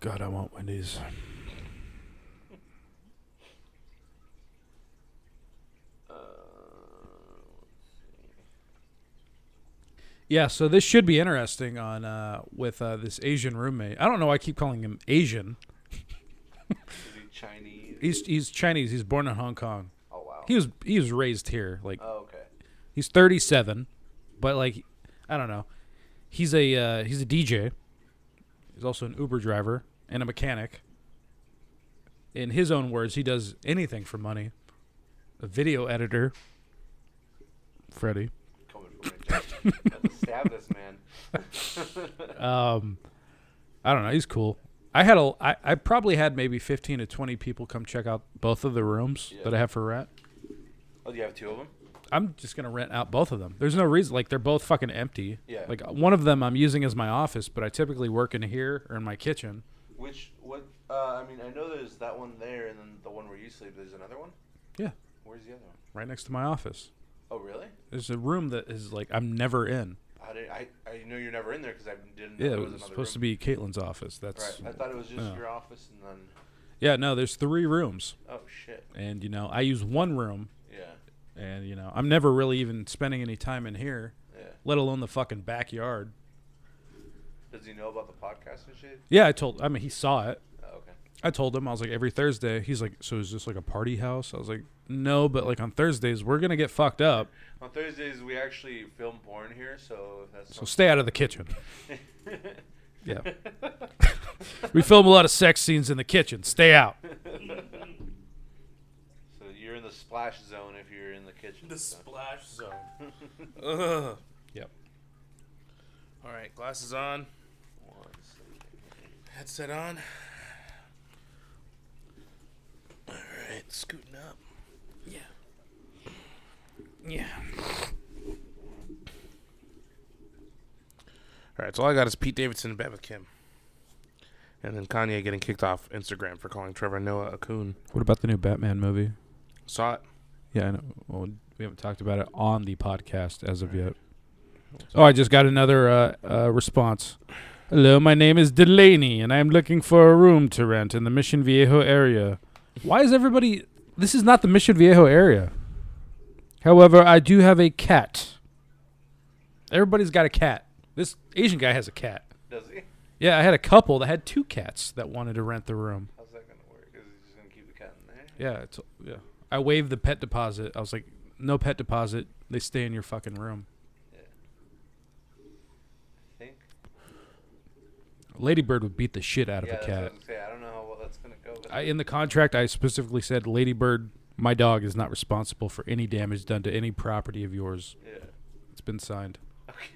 God, I want Wendy's. Yeah, so this should be interesting on uh, with uh, this Asian roommate. I don't know. why I keep calling him Asian. Is he Chinese? He's he's Chinese. He's born in Hong Kong. Oh wow. He was he was raised here. Like oh okay. he's 37, but like I don't know. He's a uh, he's a DJ. He's also an Uber driver and a mechanic. In his own words, he does anything for money. A video editor. Freddie. Coming for my chest. Had to stab this man. Um, I don't know. He's cool. I had a I, I probably had maybe fifteen to twenty people come check out both of the rooms Yeah. that I have for rent. Oh, do you have two of them? I'm just gonna rent out both of them. There's no reason. Like they're both fucking empty. Yeah. Like uh, one of them I'm using as my office, but I typically work in here or in my kitchen. Which what? Uh, I mean, I know there's that one there, and then the one where you sleep. There's another one. Yeah. Where's the other one? Right next to my office. Oh, really? There's a room that is like I'm never in. I did, I I know you're never in there because I didn't. Know Yeah, there it was was Oh, another supposed room. to be Caitlin's office. That's Right. I thought it was just yeah. your office, and then yeah. No, there's three rooms, oh shit. and you know I use one room, Yeah. and you know I'm never really even spending any time in here, Yeah. let alone the fucking backyard. Does he know about the podcast and shit? Yeah, I told. I mean, he saw it. Oh, okay. I told him I was like every Thursday. He's like, so is this like a party house? I was like, no, but like on Thursdays we're gonna get fucked up, On Thursdays we actually film porn here, so that's. so stay out of the kitchen. something. Yeah, we film a lot of sex scenes in the kitchen. Stay out. so you're in the splash zone if you're in the kitchen. The so. splash zone. Ugh. Yep. All right, glasses on, One second. headset on. All right, scooting up. Yeah. Yeah. All right, so all I got is Pete Davidson in bed with Kim. And then Kanye getting kicked off Instagram for calling Trevor Noah a coon. What about the new Batman movie? Saw it. Yeah, I know. Well, we haven't talked about it on the podcast as of yet. Oh, I just got another uh, uh, response. Hello, my name is Delaney, and I am looking for a room to rent in the Mission Viejo area. Why is everybody? This is not the Mission Viejo area. However, I do have a cat. Everybody's got a cat. This Asian guy has a cat. Does he? Yeah, I had a couple that had two cats that wanted to rent the room. How's that gonna work? Is he just gonna keep the cat in there? Yeah, it's, yeah. I waived the pet deposit. I was like, no pet deposit. They stay in your fucking room. I think. Ladybird would beat the shit out of yeah, a that's what I cat. was gonna say. I don't know how well that's gonna go. But I, in the contract, I specifically said, Ladybird, my dog is not responsible for any damage done to any property of yours. yeah. It's been signed.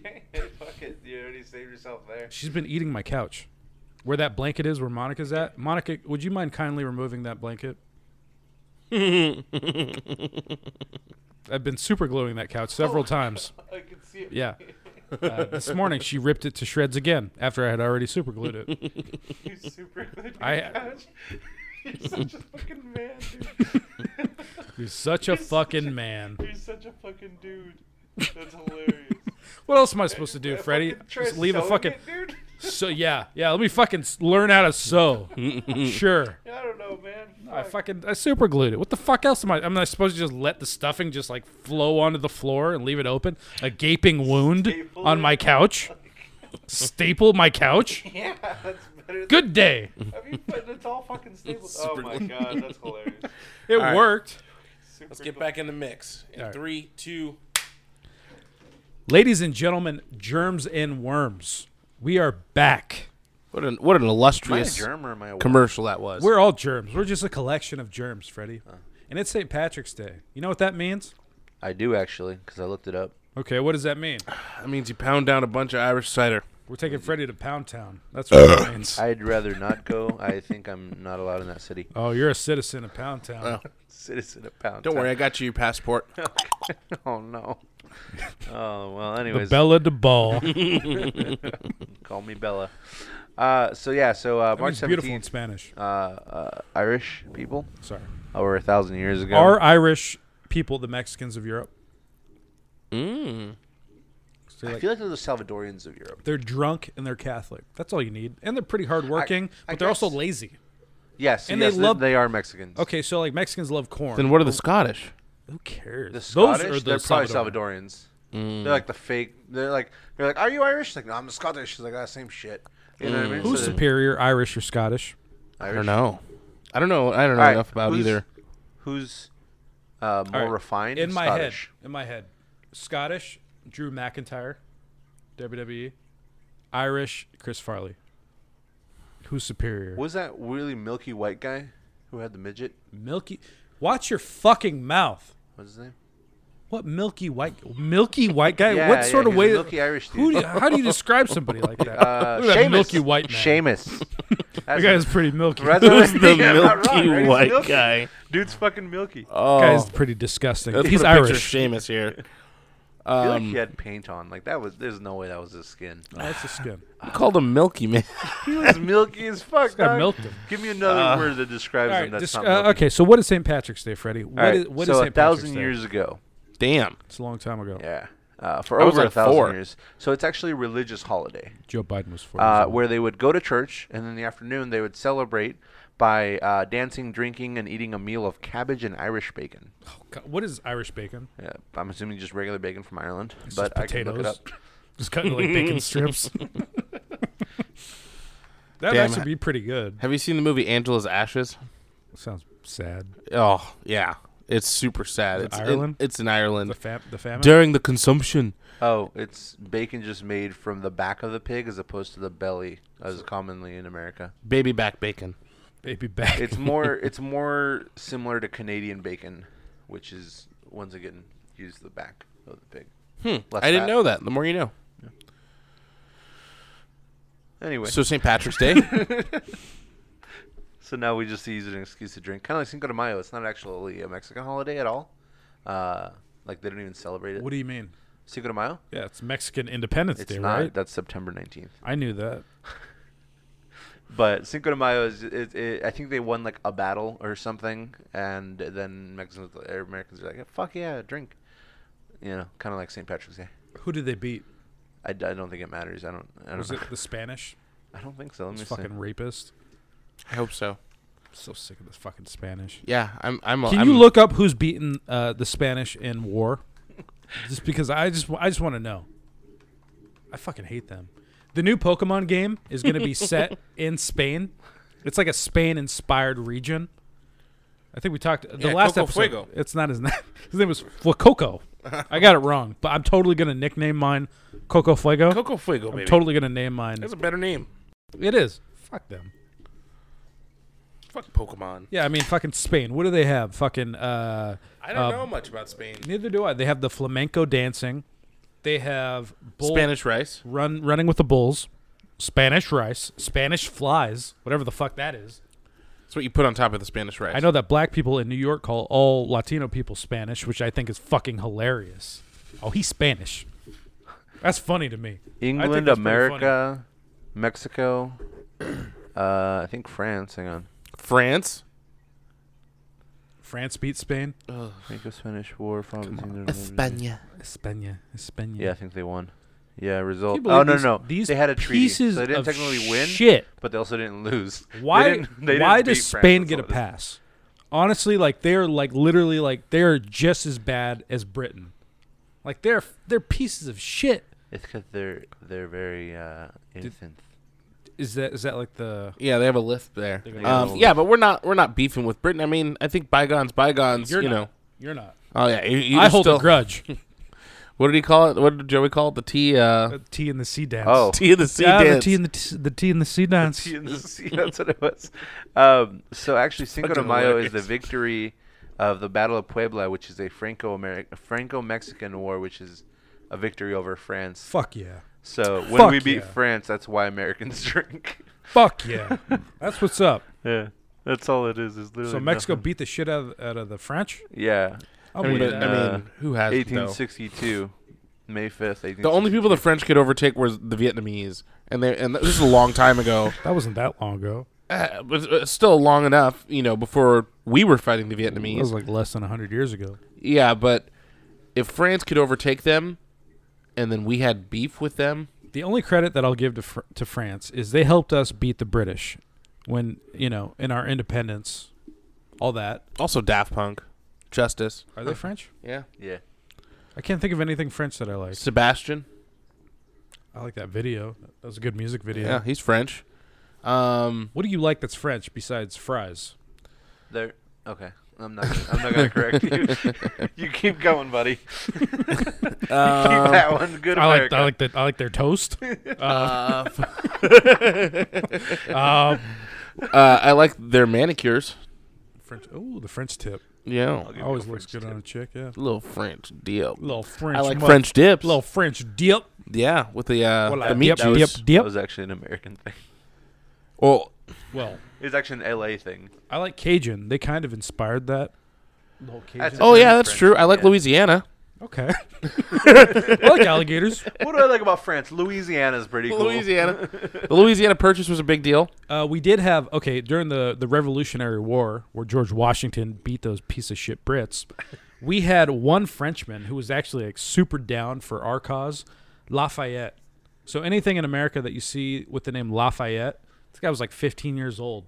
Okay. Fuck it. You already saved yourself there. She's been eating my couch. Where that blanket is, where Monica's at. Monica, would you mind kindly removing that blanket? I've been super gluing that couch Oh. several times. I can see it. Yeah. Uh, this morning, she ripped it to shreds again after I had already super glued it. You super good. I- Josh. You're such a fucking man, dude. You're such a fucking man. You're such a fucking dude. That's hilarious. What else am I supposed to do, Fucking Freddie? try Just leave a sewing fucking. it, dude. So yeah, yeah. Let me fucking s- learn how to sew. sure. I don't know, man. I Fuck. fucking I super glued it. What the fuck else am I? Am I supposed to just let the stuffing just like flow onto the floor and leave it open? A gaping wound Staple on it. my couch. Staple my couch. Yeah, that's better. Than, Good day. I mean, but it's all fucking stable. Oh Super my good. god, that's hilarious. It right. worked. Super Let's get cool. back in the mix. In All right. three, two. Ladies and gentlemen, germs and worms. We are back. What an what an illustrious or am I a commercial that was. We're all germs. We're just a collection of germs, Freddie. Uh. And it's St. Patrick's Day. You know what that means? I do actually, because I looked it up. Okay, what does that mean? that means you pound down a bunch of Irish cider. We're taking Freddie to Pound Town. That's Uh. what it means. I'd rather not go. I think I'm not allowed in that city. Oh, you're a citizen of Pound Town. Uh. Citizen of Pound. Don't Town. worry, I got you your passport. oh no. Oh well. the Anyways, Bella de Ball. call me Bella. Uh, so yeah, so uh, March It's beautiful in seventeenth, Spanish. uh, uh, Irish people Sorry. over a thousand years ago. Are Irish people the Mexicans of Europe? Mm. So, I like, feel like they're the Salvadorians of Europe. they're drunk and they're Catholic. That's all you need. And they're pretty hardworking, I but they're also guess. lazy. Yes, And yes, they they love- They are Mexicans. Okay, so like Mexicans love corn. Then what are the Scottish? Who cares? The Scottish, Those are the they're probably Salvador- Salvadorians. They're like the fake. They're like they're like, are you Irish? Like, no, I'm Scottish. She's like, ah, same shit. You know what I mean? Who's So they're superior, Irish or Scottish? I Irish. don't know. I don't know. I don't know All right, enough about who's- either. Who's uh, more right, refined? In my Scottish. head. In my head. Scottish, Drew McIntyre. WWE. Irish Chris Farley. Who's superior? Was that really Milky White guy who had the midget? Milky. Watch your fucking mouth. What's his name? What Milky White? Milky White guy? Yeah, what sort of yeah, he's a way? Milky Irish who do dude. you, how do you describe somebody like that? Uh, Look at that Seamus. Milky White man. Seamus. That That's guy's pretty milky. That's that Who's the Yeah, I'm not Milky wrong, right? He's White milky. guy? Dude's fucking milky. Oh, guy's pretty disgusting. let's He's put a picture of Irish. Seamus here. I feel like Um, he had paint on. Like that was. There's no way that was his skin. Oh, that's his skin. we called him Milky Man. He was milky as fuck. got dog. milked him. Give me another Uh, word that describes All him. right, That's dis- not uh, milky. okay, so what is St. Patrick's Day, Freddie? What All right, is what so is a St. Patrick's thousand Day? years ago. Damn. It's a long time ago. Yeah. Uh, for I was over a like thousand four. years. So it's actually a religious holiday Joe Biden was four. uh, years old. where they would go to church and in the afternoon they would celebrate by uh, dancing, drinking, and eating a meal of cabbage and Irish bacon. Oh, God, what is Irish bacon? Yeah, I'm assuming just regular bacon from Ireland, It's but just I can potatoes. look it up. Just cutting like bacon strips. That'd Damn. actually be pretty good. Have you seen the movie Angela's Ashes? Sounds sad. Oh yeah, it's super sad. Is it It's Ireland? In, it's in Ireland The fam, the famine. during the consumption. Oh, it's bacon just made from the back of the pig as opposed to the belly, as commonly in America. Baby back bacon. Baby back. It's more it's more similar to Canadian bacon, which is once again use the back of the pig. Hmm. I didn't know that. The more you know. Anyway, So so, St. Patrick's Day. now we just use it as an excuse to drink, kind of like Cinco de Mayo. It's not actually a Mexican holiday at all. Uh, like they don't even celebrate it. what do you mean? Cinco de Mayo? Yeah, it's Mexican Independence It's Day, not. right? That's September nineteenth. I knew that. But Cinco de Mayo is, it, it, I think they won like a battle or something, and then Mexicans or Americans are like, "Fuck yeah, drink," you know, kind of like St. Patrick's Day. Who did they beat? I, d- I don't think it matters. I don't. I don't. Was know. it the Spanish? I don't think so. Let me This see. fucking rapist. I hope so. I'm so sick of this fucking Spanish. Yeah, I'm. I'm. Can I'm, you look up who's beaten uh, the Spanish in war? just because I just I just want to know. I fucking hate them. The new Pokemon game is going to be set in Spain. It's like a Spain-inspired region. I think we talked the Yeah, last Coco episode. Fuego. It's not his name. His name was Fuecoco. I got it wrong, but I'm totally going to nickname mine Coco Fuego. Coco Fuego, I'm baby. totally going to name mine. That's a better name. It is. Fuck them. Fuck Pokemon. Yeah, I mean, fucking Spain. What do they have? Fucking. Uh, I don't um, know much about Spain. Neither do I. They have the flamenco dancing. They have bull Spanish rice. run running with the bulls, Spanish rice, Spanish flies, whatever the fuck that is. That's what you put on top of the Spanish rice. I know that black people in New York call all Latino people Spanish, which I think is fucking hilarious. Oh, he's Spanish. That's funny to me. I think England, that's pretty funny. America, Mexico. Uh, I think France. Hang on. France. France beat Spain. Franco-Spanish War. España. España, España. Yeah, I think they won. Yeah, result. Can you Oh believe no, these- no, no. these they had a treaty, pieces so they didn't of technically win. shit. but they also didn't lose. They Why? didn't- they didn't why beat does France, Spain that's get a all it is. pass? Honestly, like they're like literally like they're just as bad as Britain. Like they're they're pieces of shit. It's because they're they're very uh, infant. Is that is that like the Yeah, they have a lift there. They got Um, a yeah, but we're not. We're not beefing with Britain. I mean, I think bygones, bygones. you're you not, know. you're not. Oh yeah. You, you I hold still, a grudge. What did he call it? What did Joey call it? The tea. Uh, The T and the C dance. Oh. tea of the sea yeah, the dance. T and the t- the T and the C dance. See, that's what it was. Um, so actually, Cinco de fucking Mayo is the hilarious. victory of the Battle of Puebla, which is a Franco-American, Franco-Mexican war, which is a victory over France. Fuck yeah. So when Fuck we beat yeah. France, that's why Americans drink. Fuck yeah. That's what's up. Yeah, that's all it is. Is literally So Mexico beat the shit out of, out of the French. Yeah, I'm I mean, with but, that. I mean, who has it, though? 1862, May 5th. 1862. The only people the French could overtake were the Vietnamese, and they and this is a long time ago, that wasn't that long ago. uh, but uh, still long enough, you know, before we were fighting the That was Vietnamese. like less than hundred years ago. Yeah, but if France could overtake them, and then we had beef with them, the only credit that I'll give to fr- to France is they helped us beat the British when you know in our independence, all that. also Daft Punk, Justice, Are they French? yeah, Yeah. I can't think of anything French that I like. Sebastian, I like that video. That was a good music video. yeah, he's French. Um, What do you like that's French besides fries? They're okay. I'm not. I'm not gonna correct you. you keep going, buddy. keep Um, that one. Good I like, America. I like that. I like their toast. Uh, f- Um, uh, I like their manicures. French. Oh, the French tip Yeah, Give me a always looks French good tip. on a chick. Yeah, little French dip. little French. I like mu- French dips. Little French dip. Yeah, with the uh, Well, the meat yep, juice. yep, That yep. was actually an American thing. Well, Well, It's actually an LA thing. I like Cajun. They kind of inspired that. The whole Cajun. That's- oh yeah, that's French, true. I like yeah. Louisiana. okay. I like alligators. What do I like about France? Louisiana's pretty cool. Louisiana. the Louisiana Purchase was a big deal. Uh, we did have okay during the the Revolutionary War, where George Washington beat those piece of shit Brits. We had one Frenchman who was actually like super down for our cause, Lafayette. So anything in America that you see with the name Lafayette, this guy was like 15 years old,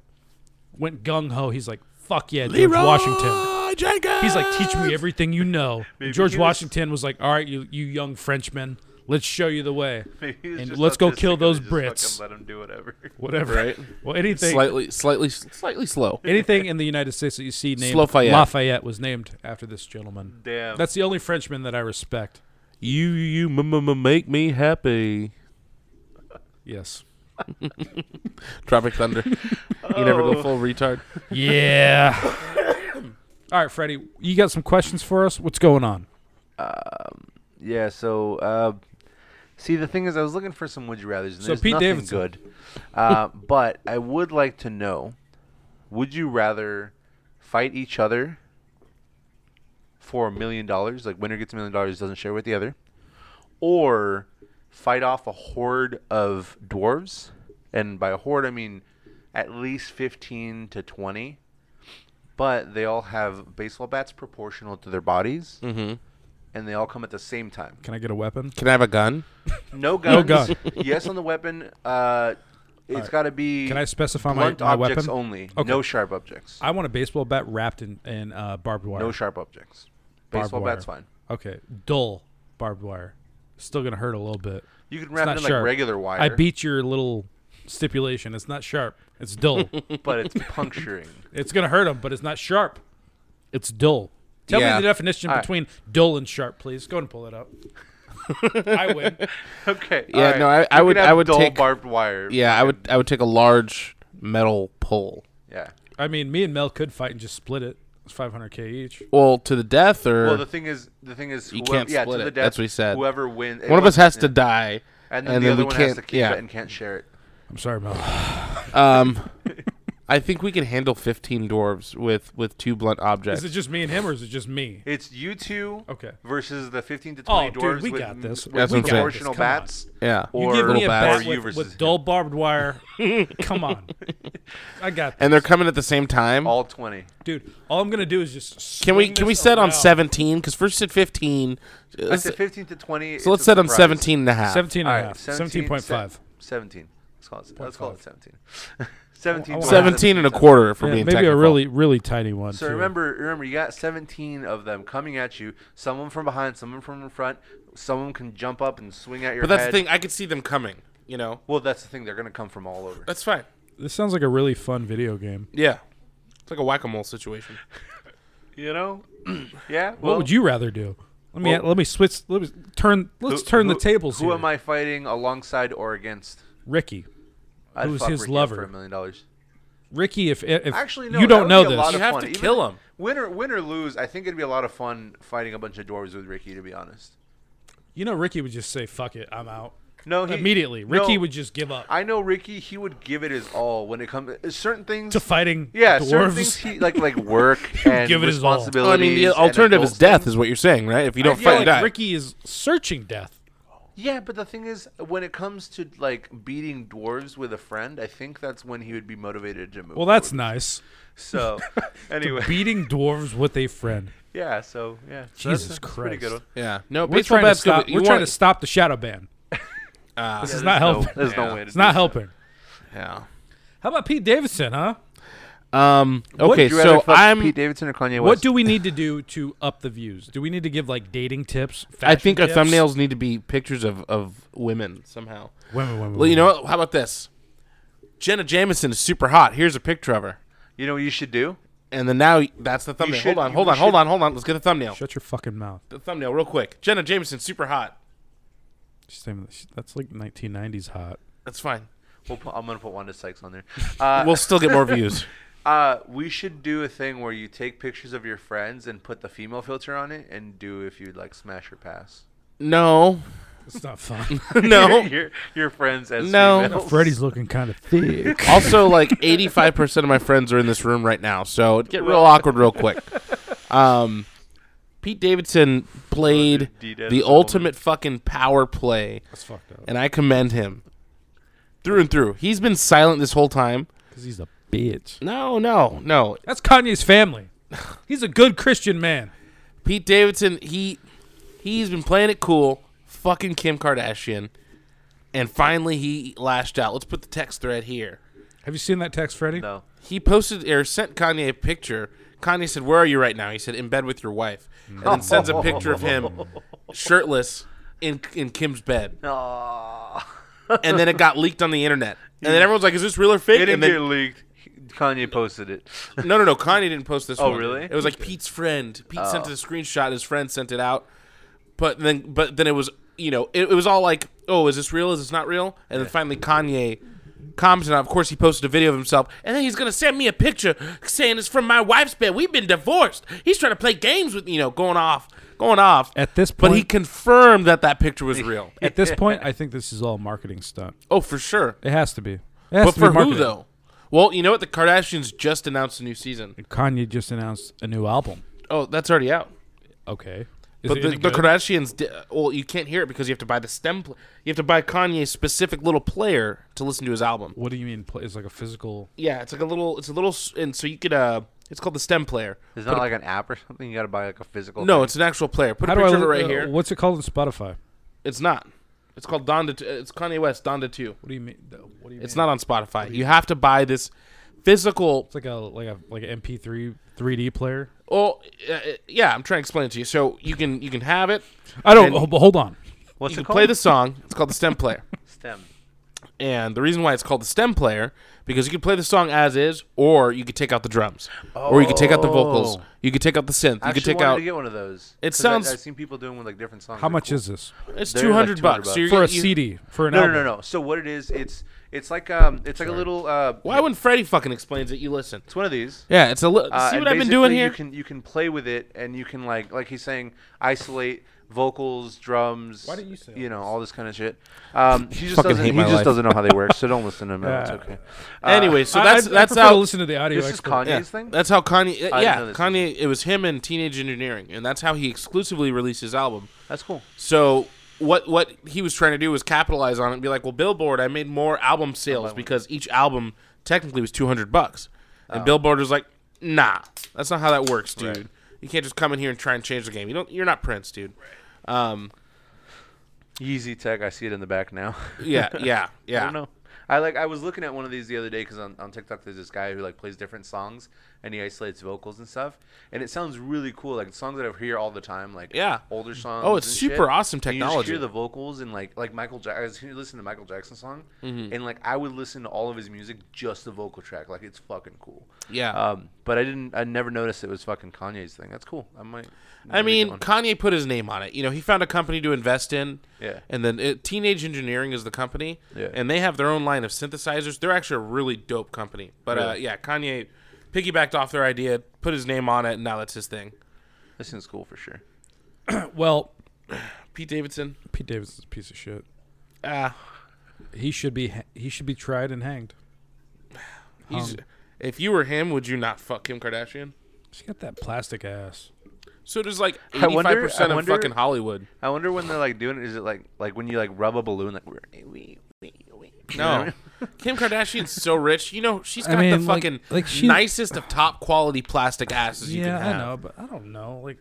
went gung ho. He's like, "Fuck yeah, George Washington." Jenkins. He's like, "Teach me everything you know." Maybe George he was- Washington was like, "All right, you you young Frenchmen, let's show you the way, Maybe he was and just let's go autistic kill and those they just fucking Brits." Let 'em do whatever. Whatever. Right. Well, anything slightly, slightly, slightly slow. anything in the United States that you see named Lafayette. Lafayette, was named after this gentleman. Damn. That's the only Frenchman that I respect. You, you, m- m- m- make me happy. Yes. Tropic Thunder. You never Oh. go full retard. Yeah. All right, Freddie, you got some questions for us? What's going on? Yeah. So, uh, see, the thing is, I was looking for some would you rather's. And So there's Pete nothing Davidson. good. Uh, but I would like to know: Would you rather fight each other for a million dollars? Like, winner gets a million dollars, doesn't share with the other, or fight off a horde of dwarves? And by a horde, I mean at least fifteen to twenty. But they all have baseball bats proportional to their bodies, Mm-hmm. Mhm. and they all come at the same time. Can I get a weapon? Can I have a gun? No guns. gun. yes on the weapon. Uh, it's got to be. Can I specify my, blunt my objects weapon? only? Okay. No sharp objects. I want a baseball bat wrapped in, in uh, barbed wire. No sharp objects. Barbed Baseball wire. bat's fine. Okay. Dull barbed wire. Still going to hurt a little bit. You can It's wrap it not in like sharp. regular wire. I beat your little stipulation. It's not sharp. It's dull. but it's puncturing. It's gonna hurt him, but it's not sharp. It's dull. Tell Yeah. me the definition All right. between dull and sharp, please. Go ahead and pull it up. I win. okay. Yeah, alright. no, I- You I can would- have I would dull take- barbed wire. Yeah, I would. I would take a large metal pole. Yeah. I mean, me and Mel could fight and just split it. It's 500k each. Well, to the death, or Well, the thing is, the thing is, You whoever, can't yeah, split to the it. death, That's what he said. Whoever wins, one of us has yeah. to die, and then the other we one can't. has to keep yeah. it and can't share it. I'm sorry, Mel. Um, I think we can handle 15 dwarves with with two blunt objects. Is it just me and him, or is it just me? It's you two Okay. versus the fifteen to Oh, twenty dude, dwarves we with, got this. with That's what I'm saying. proportional Come on. bats. yeah. You give Or me a little bat bats. or you with, versus with him. dull barbed wire. Come on, I got. This. and they're coming at the same time. all twenty. dude. All I'm gonna do is just. can we swing can we this set on around. 17? Because first at 15. I Let's, said 15 to 20. so let's set on 17 and a half. 17 and All a right, half. 17, 17.5. 17. Let's call it, let's call it 17. 17, I want- 17 and a quarter for Yeah, being maybe technical. a really really tiny one. So too. remember, remember, you got 17 of them coming at you. Some of them from behind, some of them from in front. Some of them can jump up and swing at your But that's head. the thing. I could see them coming. You know, Well, that's the thing. They're going to come from all over. that's fine. This sounds like a really fun video game. Yeah, it's like a whack a mole situation. You know? yeah. What would you rather do? Let me let me switch. Let me turn. Let's turn the tables Who here. am I fighting alongside or against? Ricky? I'd Who's fuck his Ricky up lover? For a million dollars. Ricky, if if Actually, no. you that don't would know be a lot this, You of have fun. to Even kill 'em. Win or, win or lose, I think it'd be a lot of fun fighting a bunch of dwarves with Ricky, to be honest. you know Ricky would just say "fuck it, I'm out" No, he, immediately. no, Ricky would just give up I know Ricky. He would give it his all when it comes certain things. to fighting yeah, certain things dwarves. he like like work and give it his all. responsibilities. I mean, the and alternative is adult death, things. is what you're saying, right? If you don't I fight, feel you Like die. Ricky is searching death. Yeah, but the thing is, when it comes to like beating dwarves with a friend, I think that's when he would be motivated to move. Well, that's forward. nice. so. Anyway, Beating dwarves with a friend. yeah. So yeah, so that's- Jesus that's, a pretty good Christ. one. yeah, no, We're baseball trying to bat's good, stop. but you We're E trying to want- stop the shadow ban. Ah. this Yeah, is not there's no- helping. there's Yeah. no way. To It's not do helping. Yeah. How about Pete Davidson, huh? Um. Okay, Would you rather so fuck I'm. Pete Davidson or Kanye West. What do we need to do to up the views? Do we need to give like dating tips? I think fashion our tips? thumbnails need to be pictures of of women somehow. Women, women, Well, you women. know what? How about this? Jenna Jameson is super hot. Here's a picture of her. you know? What you should do. And then now that's the thumbnail. should- hold on, you hold on, should- hold on, hold on. Let's get the thumbnail. Shut your fucking mouth. The thumbnail, real quick. Jenna Jameson, super hot. She's saying that she- That's like 1990s hot. That's fine. We'll put, I'm gonna put Wanda Sykes on there. Uh, We'll still get more views. uh, we should do a thing where you take pictures of your friends and put the female filter on it, and do if you'd like smash or pass. No, It's not fun. no. your your friends as No. females. Freddy's looking kind of thick. Also, like 85% of my friends are in this room right now, so it'd get real awkward real quick. Um, Pete Davidson played Dude, that the is ultimate fucking power play, That's fucked up. and I commend him through and through. He's been silent this whole time. Because he's a bitch. No, no, no. That's Kanye's family. He's a good Christian man. Pete Davidson, he he's been playing it cool, fucking Kim Kardashian, and finally he lashed out. Let's put the text thread here. Have you seen that text, Freddy? No. He posted or sent Kanye a picture. Kanye said, "Where are you right now?" He said, "In bed with your wife," and then sends a picture of him shirtless in in Kim's bed. And then it got leaked on the internet, and then everyone's like, "Is this real or It fake?" didn't And then get leaked. Kanye posted it. no, no, no, Kanye didn't post this. Oh, one. really? Oh. It was like Pete's friend. Pete sent it a screenshot. His friend sent it out, but then but then it was you know it, it was all like, "Oh, is this real? Is this not real?" And then finally Kanye commented on. Of course, he posted a video of himself, and then he's gonna send me a picture saying it's from my wife's bed. We've been divorced. He's trying to play games with you know going off, going off. At this but he point- confirmed that that picture was real. At this point, I think this is all a marketing stunt. oh, for sure. It has to be. It has But to be for who marketing. though? Well, you know what? The Kardashians just announced a new season. Kanye just announced a new album. Oh, that's already out. Okay. Is But it- the, is it the good? Kardashians, di- well, you can't hear it because you have to buy the stem. Pl- you have to buy Kanye's specific little player to listen to his album. What do you mean? Pl- is like a physical. Yeah, it's like a little. It's a little, s- and so you could. uh It's called the stem player. It's not like an app or something. You got to buy like a physical. No, thing. it's an actual player. Put How a do I? picture of it right uh, here. What's it called on Spotify? It's not. It's called Donda. T- it's Kanye West Donda Two. What do you mean? th- What do you mean? It's not on Spotify. You have to buy this physical It's like a like a like an MP3 3D player. well uh, uh, yeah i'm trying to explain it to you so you can you can have it I don't. And- ho- hold on. What's you it can called? play the song it's called the stem player stem. and the reason why it's called the stem player because you could play the song as is or you could take out the drums or you could take out the vocals Oh. you could take out the synth I you could actually take wanted out to get one of those. It 'cause I- sounds- I've seen people doing with like different songs. How much is this it's They're like 200 200 bucks bucks. So you're for gonna- a you- CD for an No, album? no, no, no. So what it is, it's it's like um, it's like a little uh, why when freddie fucking explains it you listen it's one of these. yeah it's a little Uh, see and what i've been doing basically here You can you can play with it, and you can like like he's saying isolate vocals, drums. Why didn't you say all You know all this kind of shit. Um, he just Fucking doesn't hate he my just life. doesn't know how they work, so don't listen to him. it's Yeah. okay. Uh, anyway so I- that's I, that's I prefer how to listen to the audio. this is expert. Kanye. yeah, Kanye's thing? That's how Kanye. I didn't know yeah, this. Kanye. It was him and Teenage Engineering, and that's how he exclusively released his album. that's cool. So what what he was trying to do was capitalize on it and be like, well, Billboard, I made more album sales because each album technically was two hundred bucks, Oh. and Billboard was like, nah, that's not how that works, dude. You can't just come in here and try and change the game. You don't. You're not Prince, dude. Um. Yeezy Tech, I see it in the back now. Yeah. Yeah. Yeah. I don't know. I like. I was looking at one of these the other day because on, on TikTok there's this guy who like plays different songs and he isolates vocals and stuff, and it sounds really cool. Like songs that I hear all the time, like Yeah. older songs. Oh, it's and super shit, awesome and you just technology. hear the vocals and like like Michael Jackson. I was listening to Michael Jackson song, Mm-hmm. and like I would listen to all of his music just the vocal track. Like it's fucking cool. Yeah. Um, but I didn't. I never noticed it was fucking Kanye's thing. That's cool. I might. I maybe get mean, one. Kanye put his name on it. You know, he found a company to invest in. Yeah. And then it, Teenage Engineering is the company. Yeah. And they have their own line of synthesizers. They're actually a really dope company. But uh, Really? yeah, Kanye piggybacked off their idea, put his name on it, and now that's his thing. this seems cool for sure. Well, Pete Davidson. Pete Davidson's a piece of shit. Ah, He should be ha- he should be tried and hanged. he's. Um, If you were him, would you not fuck Kim Kardashian? She got that plastic ass. So does like I eighty-five wonder- percent I of wonder- fucking Hollywood. I wonder when they're like doing it. Is it like like when you like rub a balloon like we we we we? No, Kim Kardashian's so rich. You know she's I got the mean, like- fucking like she- nicest of top quality plastic asses you yeah, can have. I know, but I don't know. Like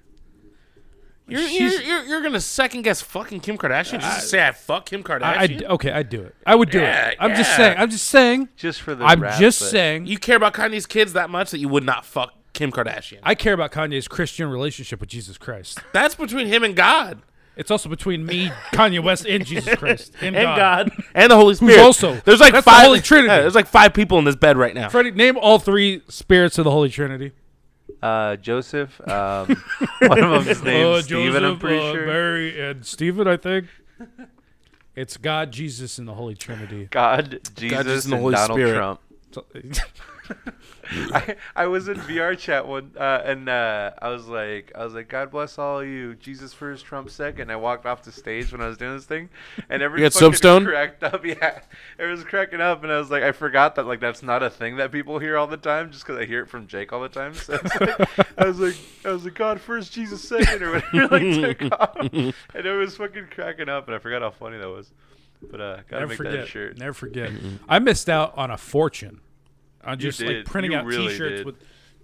You're, you're, She's- you're, you're gonna second guess fucking Kim Kardashian just to say I fuck Kim I, Kardashian. I'd- okay, I'd do it. I would do Yeah, it. I'm just yeah. saying. I'm just saying. Just for the. I'm rap, just but- saying. you care about Kanye's kids that much that you would not fuck Kim Kardashian. I care about Kanye's Christian relationship with Jesus Christ. That's between him and God. It's also between me, Kanye West, and Jesus Christ, and, And God. God. And the Holy Spirit. also- there's like that's the five Holy Trinity. Yeah, there's like five people in this bed right now. Freddie, name all three spirits of the Holy Trinity. Uh, Joseph. Um, one of them's named Uh, Stephen. Joseph, I'm pretty uh, sure. Mary and Stephen, I think. It's God, Jesus, and the Holy Trinity. God, Jesus, Jesus, and and, the Holy Donald Spirit. Trump. I, I was in VR chat one, uh, and uh, I was like, I was like, God bless all of you. Jesus first, Trump second. And I walked off the stage when I was doing this thing, and everyone had soapstone? cracked up. Yeah, it was cracking up, and I was like, I forgot that like that's not a thing that people hear all the time, just because I hear it from Jake all the time. So I was like, I was like, I was like God first, Jesus second, or whatever. Like took off, and it was fucking cracking up, and I forgot how funny that was. But uh, gotta Never make forget. that shirt. Never forget. I missed out on a fortune. On just like did. printing You out really T-shirts did. with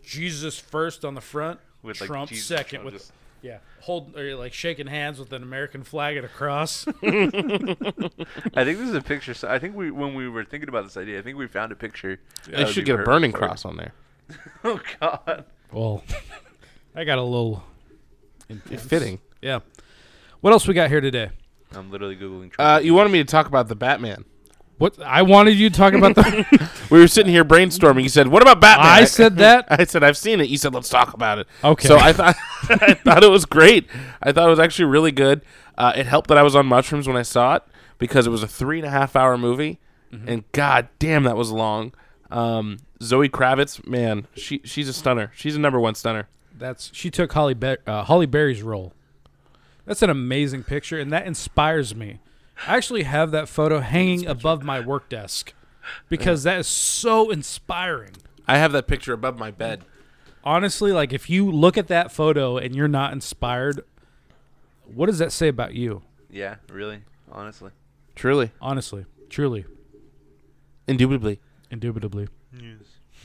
Jesus first on the front, With, like, Trump Jesus second, on with just- yeah, hold or like shaking hands with an American flag and a cross. I think this is a picture. So I think we, when we were thinking about this idea, I think we found a picture. They of the should get a bird burning before. cross on there. Oh God! well, I got a little Fitting. yeah. What else we got here today? I'm literally googling. Uh, you wanted me to talk about the Batman. What I wanted you to talk about the. We were sitting here brainstorming. You said, "What about Batman?" I said that? I said, "I've seen it." You said, "Let's talk about it." Okay. So I thought I thought it was great. I thought it was actually really good. Uh, it helped that I was on mushrooms when I saw it because it was a three and a half hour movie, Mm-hmm. and god damn, that was long. Um, Zoe Kravitz, man, she she's a stunner. She's a number one stunner. That's she took Holly Ber- uh, Holly Berry's role. That's an amazing picture, and that inspires me. I actually have that photo hanging above my work desk because that is so inspiring. I have that picture above my bed. Honestly, like if you look at that photo and you're not inspired, what does that say about you? yeah, really, honestly. Truly, Honestly, truly, indubitably. indubitably.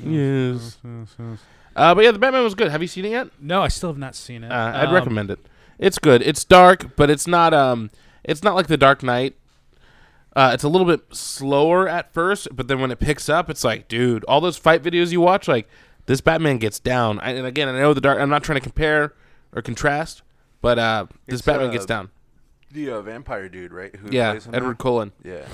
Yes. Uh, but yeah, the Batman was good. Have you seen it yet? No, I still have not seen it. Uh, I'd Um, recommend it. It's good. It's dark, but it's not um it's not like The Dark Knight. Uh, it's a little bit slower at first, but then when it picks up, it's like, dude, all those fight videos you watch, like this Batman gets down. I, and again, I know the dark. I'm not trying to compare or contrast, but uh, this It's, Batman uh, gets down. The uh, vampire dude, right? Who Yeah, plays him Edward now? Cullen. Yeah,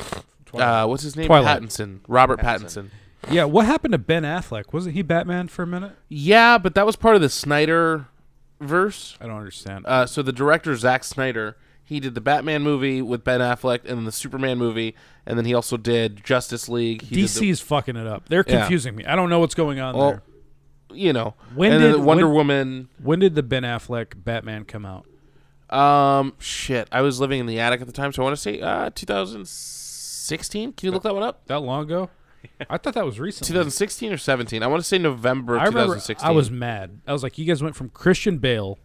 Uh, what's his name? Twilight. Pattinson. Robert Pattinson. Pattinson. Yeah, what happened to Ben Affleck? Wasn't he Batman for a minute? Yeah, but that was part of the Snyder verse. I don't understand. Uh, so the director Zack Snyder, he did the Batman movie with Ben Affleck, and then the Superman movie, and then he also did Justice League. He did DC's the- fucking it up. They're Yeah. confusing me. I don't know what's going on well, there. you know, When and then did- the Wonder when- Woman. When did the Ben Affleck Batman come out? Um, shit, I was living in the attic at the time, so I want to say uh, 2016. Can you look that one up? That long ago? I thought that was recent. 2016 or 17? I want to say November of I remember 2016. I was mad. I was like, you guys went from Christian Bale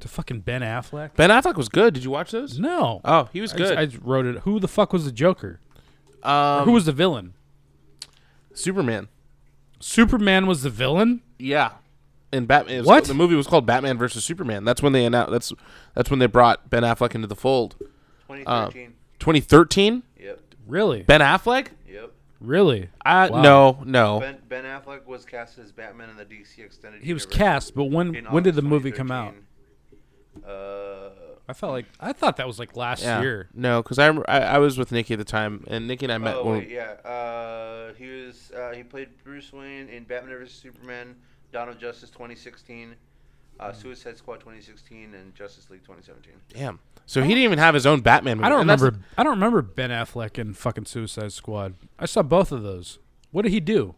to fucking Ben Affleck? Ben Affleck was good. Did you watch those? No. Oh, he was I just- good. I, just wrote it. Who the fuck was the Joker? um, Who was the villain? Superman? Superman was the villain? Yeah. And Batman. it was What? called- the movie was called Batman versus Superman. That's when they announced. That's that's when they brought Ben Affleck into the fold. 2013. 2013. Uh, yep, Really? Ben Affleck? yep. really? Uh, Wow. No, no. Ben Ben Affleck was cast as Batman in the DC extended. He was universe cast, but when in when did August the movie come out? 2013. Uh, I felt like I thought that was like last Yeah. year. No, because I, rem- I I was with Nikki at the time, and Nikki and I met. oh when- wait, yeah. Uh, he was uh, he played Bruce Wayne in Batman vs Superman, Dawn of Justice 2016, uh, Suicide Squad 2016, and Justice League 2017. Damn. So he didn't even have his own Batman. Movie. I don't and that's- remember. I don't remember Ben Affleck in fucking Suicide Squad. I saw both of those. What did he do?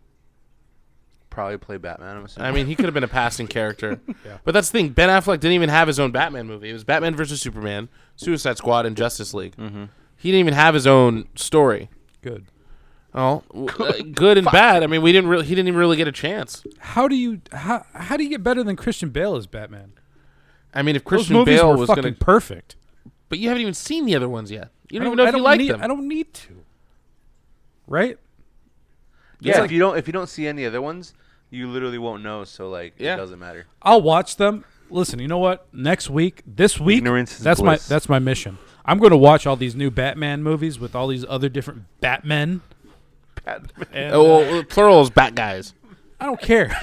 Probably play Batman. I'm assuming. I mean, he could have been a passing character. Yeah. But that's the thing. Ben Affleck didn't even have his own Batman movie. It was Batman versus Superman, Suicide Squad, and Justice League. Mm-hmm. He didn't even have his own story. Good. Oh, w- uh, good and bad. I mean, we didn't really. He didn't even really get a chance. How do you how, how do you get better than Christian Bale as Batman? I mean, if Those Christian movies Bale were was fucking going to, perfect. but you haven't even seen the other ones yet. You I don't, even know if I you like need, them. I don't need to. Right? Yeah, if you don't if you don't see any other ones, you literally won't know. So like, Yeah. it doesn't matter. I'll watch them. Listen, you know what? Next week, this week, Ignorance is that's bliss. my that's my mission. I'm going to watch all these new Batman movies with all these other different Batmen. And, uh, Oh, well, plural is bat guys. I don't care.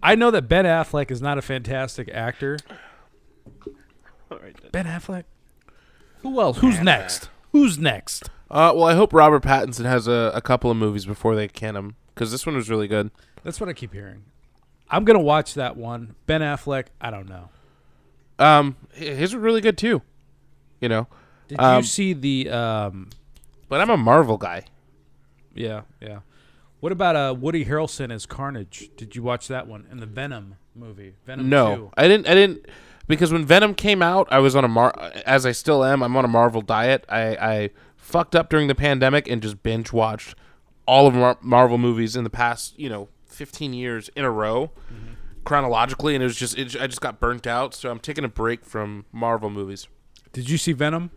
I know that Ben Affleck is not a fantastic actor. Ben Affleck. Who else? Who's next? Who's next? Uh, well, I hope Robert Pattinson has a, a couple of movies before they can him because this one was really good. That's what I keep hearing. I'm gonna watch that one. Ben Affleck. I don't know. Um, hi- his were really good too. You know, Did Um, you see the? Um, but I'm a Marvel guy. yeah, yeah. What about uh, Woody Harrelson as Carnage? Did you watch that one? And the Venom movie, Venom No, 2. I didn't. I didn't because when Venom came out, I was on a Mar as I still am. I'm on a Marvel diet. I I fucked up during the pandemic and just binge watched all of Mar- Marvel movies in the past, you know, 15 years in a row. Chronologically, and it was just it, I just got burnt out, so I'm taking a break from Marvel movies. Did you see Venom?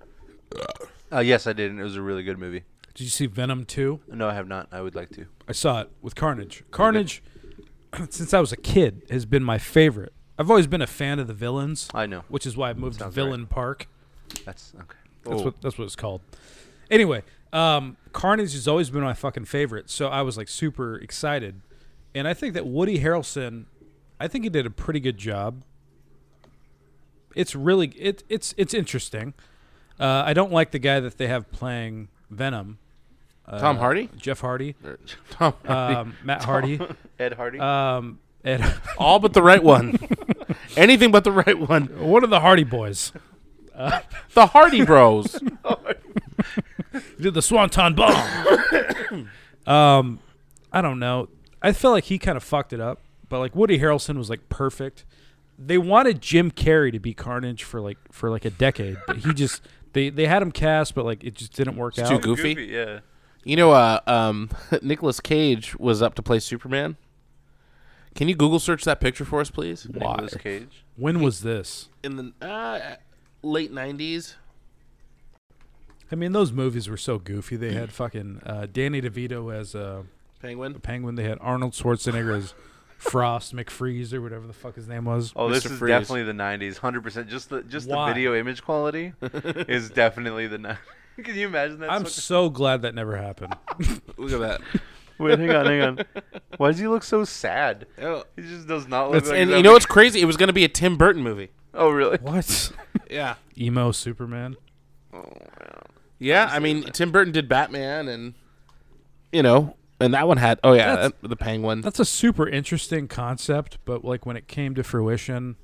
Uh, yes, I did, and it was a really good movie. Did you see Venom Two? No, I have not. I would like to. I saw it with Carnage. Carnage, since I was a kid, has been my favorite. I've always been a fan of the villains. I know. which is why I moved Sounds to Villain Park. That's okay. That's Oh. what that's what it's called. Anyway, um, Carnage has always been my fucking favorite, so I was like super excited, and I think that Woody Harrelson, I think he did a pretty good job. It's really it it's it's interesting. Uh, I don't like the guy that they have playing Venom, Tom Hardy, Jeff Hardy, Uh, Tom uh, Hardy. um, Matt Hardy, Ed Hardy. um, and all but the right one. Anything but the right one. one of the Hardy boys. The Hardy Bros. He did the swanton bomb. um, I don't know. I feel like he kind of fucked it up, but like Woody Harrelson was like perfect. They wanted Jim Carrey to be Carnage for like for like a decade, but he just they they had him cast, but like it just didn't work out. too good. Goofy? yeah. You know, uh, um, Nicholas Cage was up to play Superman. Can you Google search that picture for us, please? Nicolas Cage. When was this? In the uh, late '90s. I mean, those movies were so goofy. They had fucking uh, Danny DeVito as a Penguin. penguin. They had Arnold Schwarzenegger as Frost McFreeze or whatever the fuck his name was. Oh, this Mr. is Freeze. definitely the '90s, hundred percent. Just the just Why? the video image quality is definitely the '90s. Can you imagine that? I'm so glad that never happened. Look at that. Wait, hang on, hang on. Why does he look so sad? Oh. He just does not look. Like and that you know big- what's crazy? It was going to be a Tim Burton movie. Oh, really? what? Yeah. Emo Superman. Yeah. I mean, Tim Burton did Batman, and you know, and that one had. Oh yeah, That's- that- the Penguin. That's a super interesting concept, but like when it came to fruition,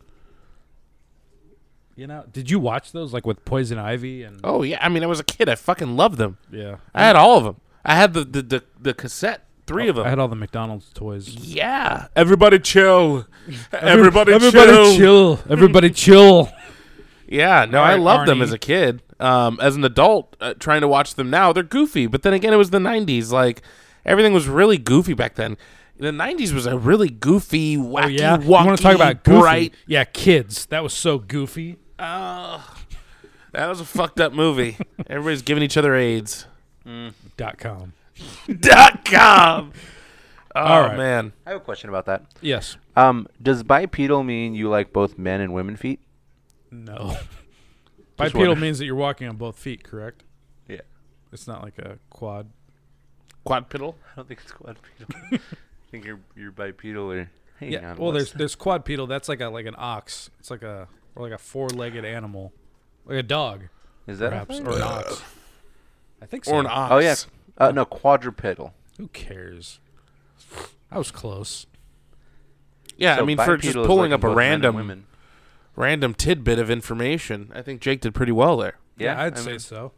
you know, did you watch those like with Poison Ivy and oh yeah. I mean, I was a kid. I fucking loved them. yeah, I had all of them. I had the the the, the cassette. Three of them. Oh, I had all the McDonald's toys. Yeah. Everybody chill. Everybody, everybody chill, everybody chill. Yeah, no, I Alright, loved them Arnie. as a kid. Um, as an adult, uh, trying to watch them now, they're goofy. But then again, it was the '90s. Like everything was really goofy back then. The '90s was a really goofy, wacky, Oh yeah, wacky, you want to talk about goofy? bright. Yeah, kids. That was so goofy. That was a fucked up movie. Everybody's giving each other AIDS. Dot com. Dot com. Oh Alright. man, I have a question about that. Yes. Um, does bipedal mean you like both men and women feet? No. Bipedal wondering. means that you're walking on both feet, correct? Yeah. It's not like a quad. quadrupedal. I don't think it's quadrupedal. I think you're you're bipedal or. Hang Yeah. on, Well, what's there's there's quadrupedal. That's like a like an ox. It's like a or like a four-legged animal, like a dog, that? is that a perhaps, thing? or an ox. I think so. Or an ox. Oh yeah. Uh, no, quadrupedal. Who cares? I was close. Yeah, I So mean, for just bipedal is pulling like up a both men and random, women. random tidbit of information, I think Jake did pretty well there. Yeah, I'd I say mean, so.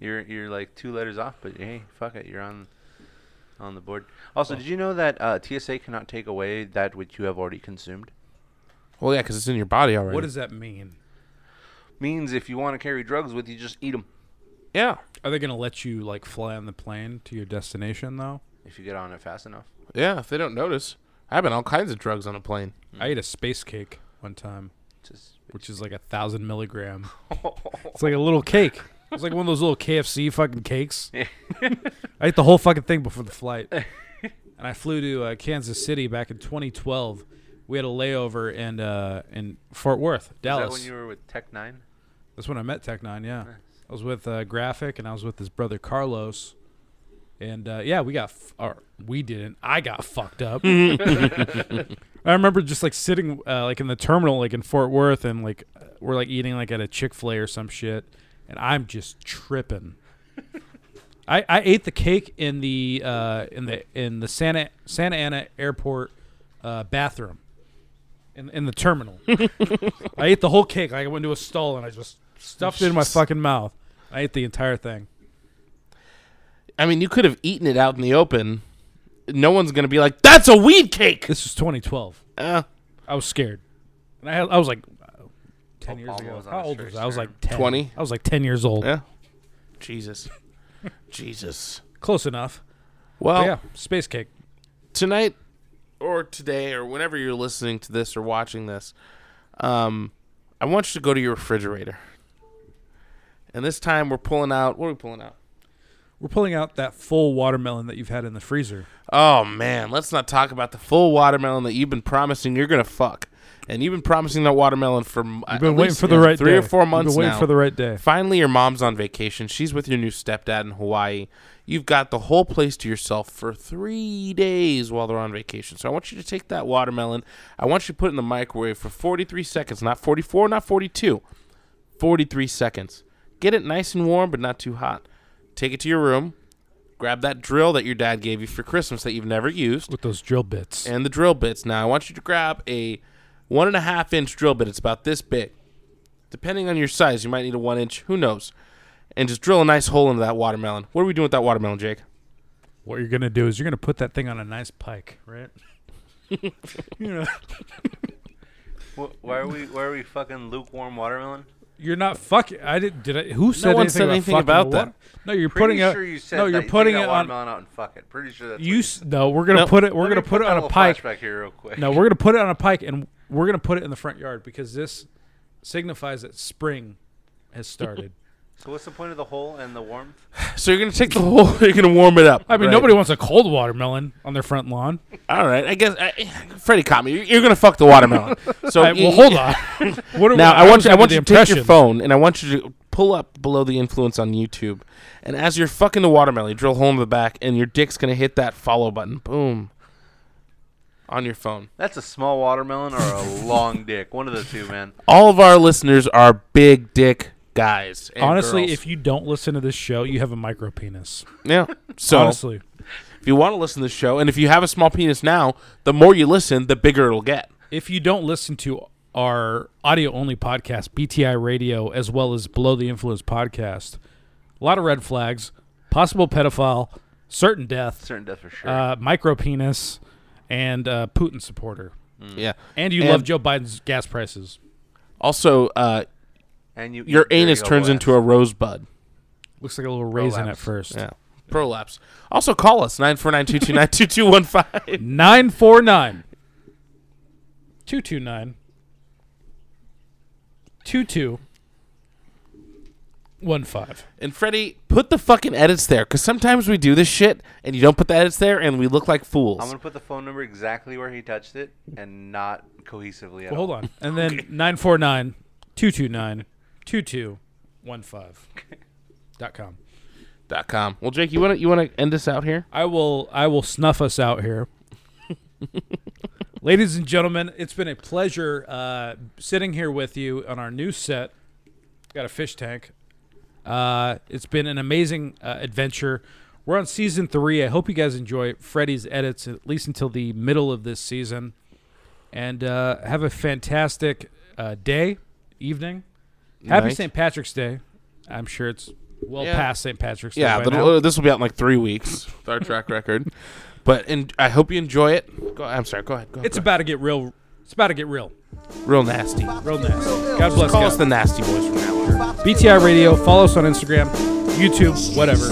You're you're like two letters off, but hey, fuck it, you're on on the board. Also, did you know that uh, TSA cannot take away that which you have already consumed? Well, yeah, because it's in your body already. What does that mean? Means if you want to carry drugs with you, just eat them Yeah, Are they going to let you like fly on the plane to your destination though? if you get on it fast enough. yeah. If they don't notice, I've been on all kinds of drugs on a plane. I ate a space cake one time, Just which is like a thousand milligram. it's like a little cake. It's like one of those little KFC fucking cakes. I ate the whole fucking thing before the flight. and I flew to uh, Kansas City back in 2012. We had a layover in uh, in Fort Worth, Is Dallas. that when you were with Tech Nine? That's when I met Tech Nine. Yeah, I was with uh, Graphic, and I was with his brother Carlos. And uh, yeah, we got f- or we didn't. I got fucked up. I remember just like sitting uh, like in the terminal, like in Fort Worth, and like uh, we're like eating like at a Chick Fil A or some shit, and I'm just tripping. I, I ate the cake in the uh, in the in the Santa Santa Ana Airport uh, bathroom in, in the terminal. I ate the whole cake. I went to a stall and I just stuffed it in my fucking mouth. I ate the entire thing. I mean, you could have eaten it out in the open. No one's gonna be like, "That's a weed cake." This was 2012. Uh, I was scared. And I, had- I was like, uh, 10 years Obama ago. was on How a old straight was I? I was streak. like 10. 20? I was like 10 years old. yeah. Jesus. Jesus. Close enough. Well, But yeah, space cake. tonight or today or whenever you're listening to this or watching this, um, I want you to go to your refrigerator. And this time we're pulling out. What are we pulling out? We're pulling out that full watermelon that you've had in the freezer. Oh man, let's not talk about the full watermelon that you've been promising you're gonna fuck, and you've been promising that watermelon for m- You've at been waiting least, for the you know, right three day. or four months You've been waiting now. for the right day. Finally, your mom's on vacation. She's with your new stepdad in Hawaii. You've got the whole place to yourself for three days while they're on vacation. So I want you to take that watermelon. I want you to put it in the microwave for 43 seconds, not 44, not 42. 43 seconds. Get it nice and warm, but not too hot. Take it to your room. Grab that drill that your dad gave you for Christmas that you've never used With those drill bits. and the drill bits. Now I want you to grab a one and a half inch drill bit. It's about this big. Depending on your size, you might need a one inch. Who knows? And just drill a nice hole into that watermelon. What are we doing with that watermelon, Jake? what you're gonna do is you're gonna put that thing on a nice pike, right? you know, Wh- Why are we? Why are we fucking lukewarm watermelon? you're not fucking. I did. Did I? Who said one anything said about, anything fucking about that. water- No, you're Pretty putting sure it. you said no, that you're you putting take it that on. watermelon out and fuck it. Pretty sure that's. You s- no, we're gonna put it. We're gonna put it on a pike. Back here, real quick. No, we're gonna put it on a pike, and we're gonna put it in the front yard because this signifies that spring has started. So what's the point of the hole and the warmth? So you're gonna take the hole. You're gonna warm it up. I mean, right? Oh, nobody wants a cold watermelon on their front lawn. All right. I guess I, Freddie caught me. You're, you're gonna fuck the watermelon. So All right, you- well, hold on. What are Now I want was you, I under want the you to take your impression- phone and I want you to pull up below the influence on YouTube, and as you're fucking the watermelon, you drill a hole in the back, and your dick's gonna hit that follow button. Boom. On your phone. That's a small watermelon or a long dick. One of the two, man. all of our listeners are big dick guys. and Honestly, girls. if you don't listen to this show, you have a micro penis. yeah, so Honestly. if you want to listen to the show, and if you have a small penis now, the more you listen, the bigger it'll get. if you don't listen to our audio only podcast, BTI Radio, as well as Below the Influence podcast, a lot of red flags, possible pedophile, certain death, Certain death for sure. uh, micro penis, and uh, Putin supporter. Yeah. And you And- love Joe Biden's gas prices, Also, uh, and you. your anus turns into a rosebud. looks like a little raisin at Prolapse. first. Yeah. Prolapse. Also, call us 949 9215 Nine four nine, two two nine, two two one five. And Freddie, put the fucking edits there, because sometimes we do this shit, and you don't put the edits there, and we look like fools. I'm gonna put the phone number exactly where he touched it and not cohesively at Well, hold all. on. And then 949 229 2215.com. Dot com. Well, Jake, you want to you want to end us out here? I will I will snuff us out here. Ladies and gentlemen, it's been a pleasure uh, sitting here with you on our new set. Got a fish tank. Uh, it's been an amazing uh, adventure. We're on season three. I hope you guys enjoy Freddie's edits at least until the middle of this season, and uh, have a fantastic uh, day, evening. Happy Night. St. Patrick's Day. I'm sure it's well Yeah. past St. Patrick's Day. Yeah, by the- now. uh, this will be out in like three weeks. with Our track record, but and I hope you enjoy it. Go, I'm sorry. Go ahead. Go, It's go about to get real. It's about to get real. ahead. real nasty. Real nice. God bless Call us God. the nasty boys from now on. BTI Radio. Follow us on Instagram, YouTube, whatever.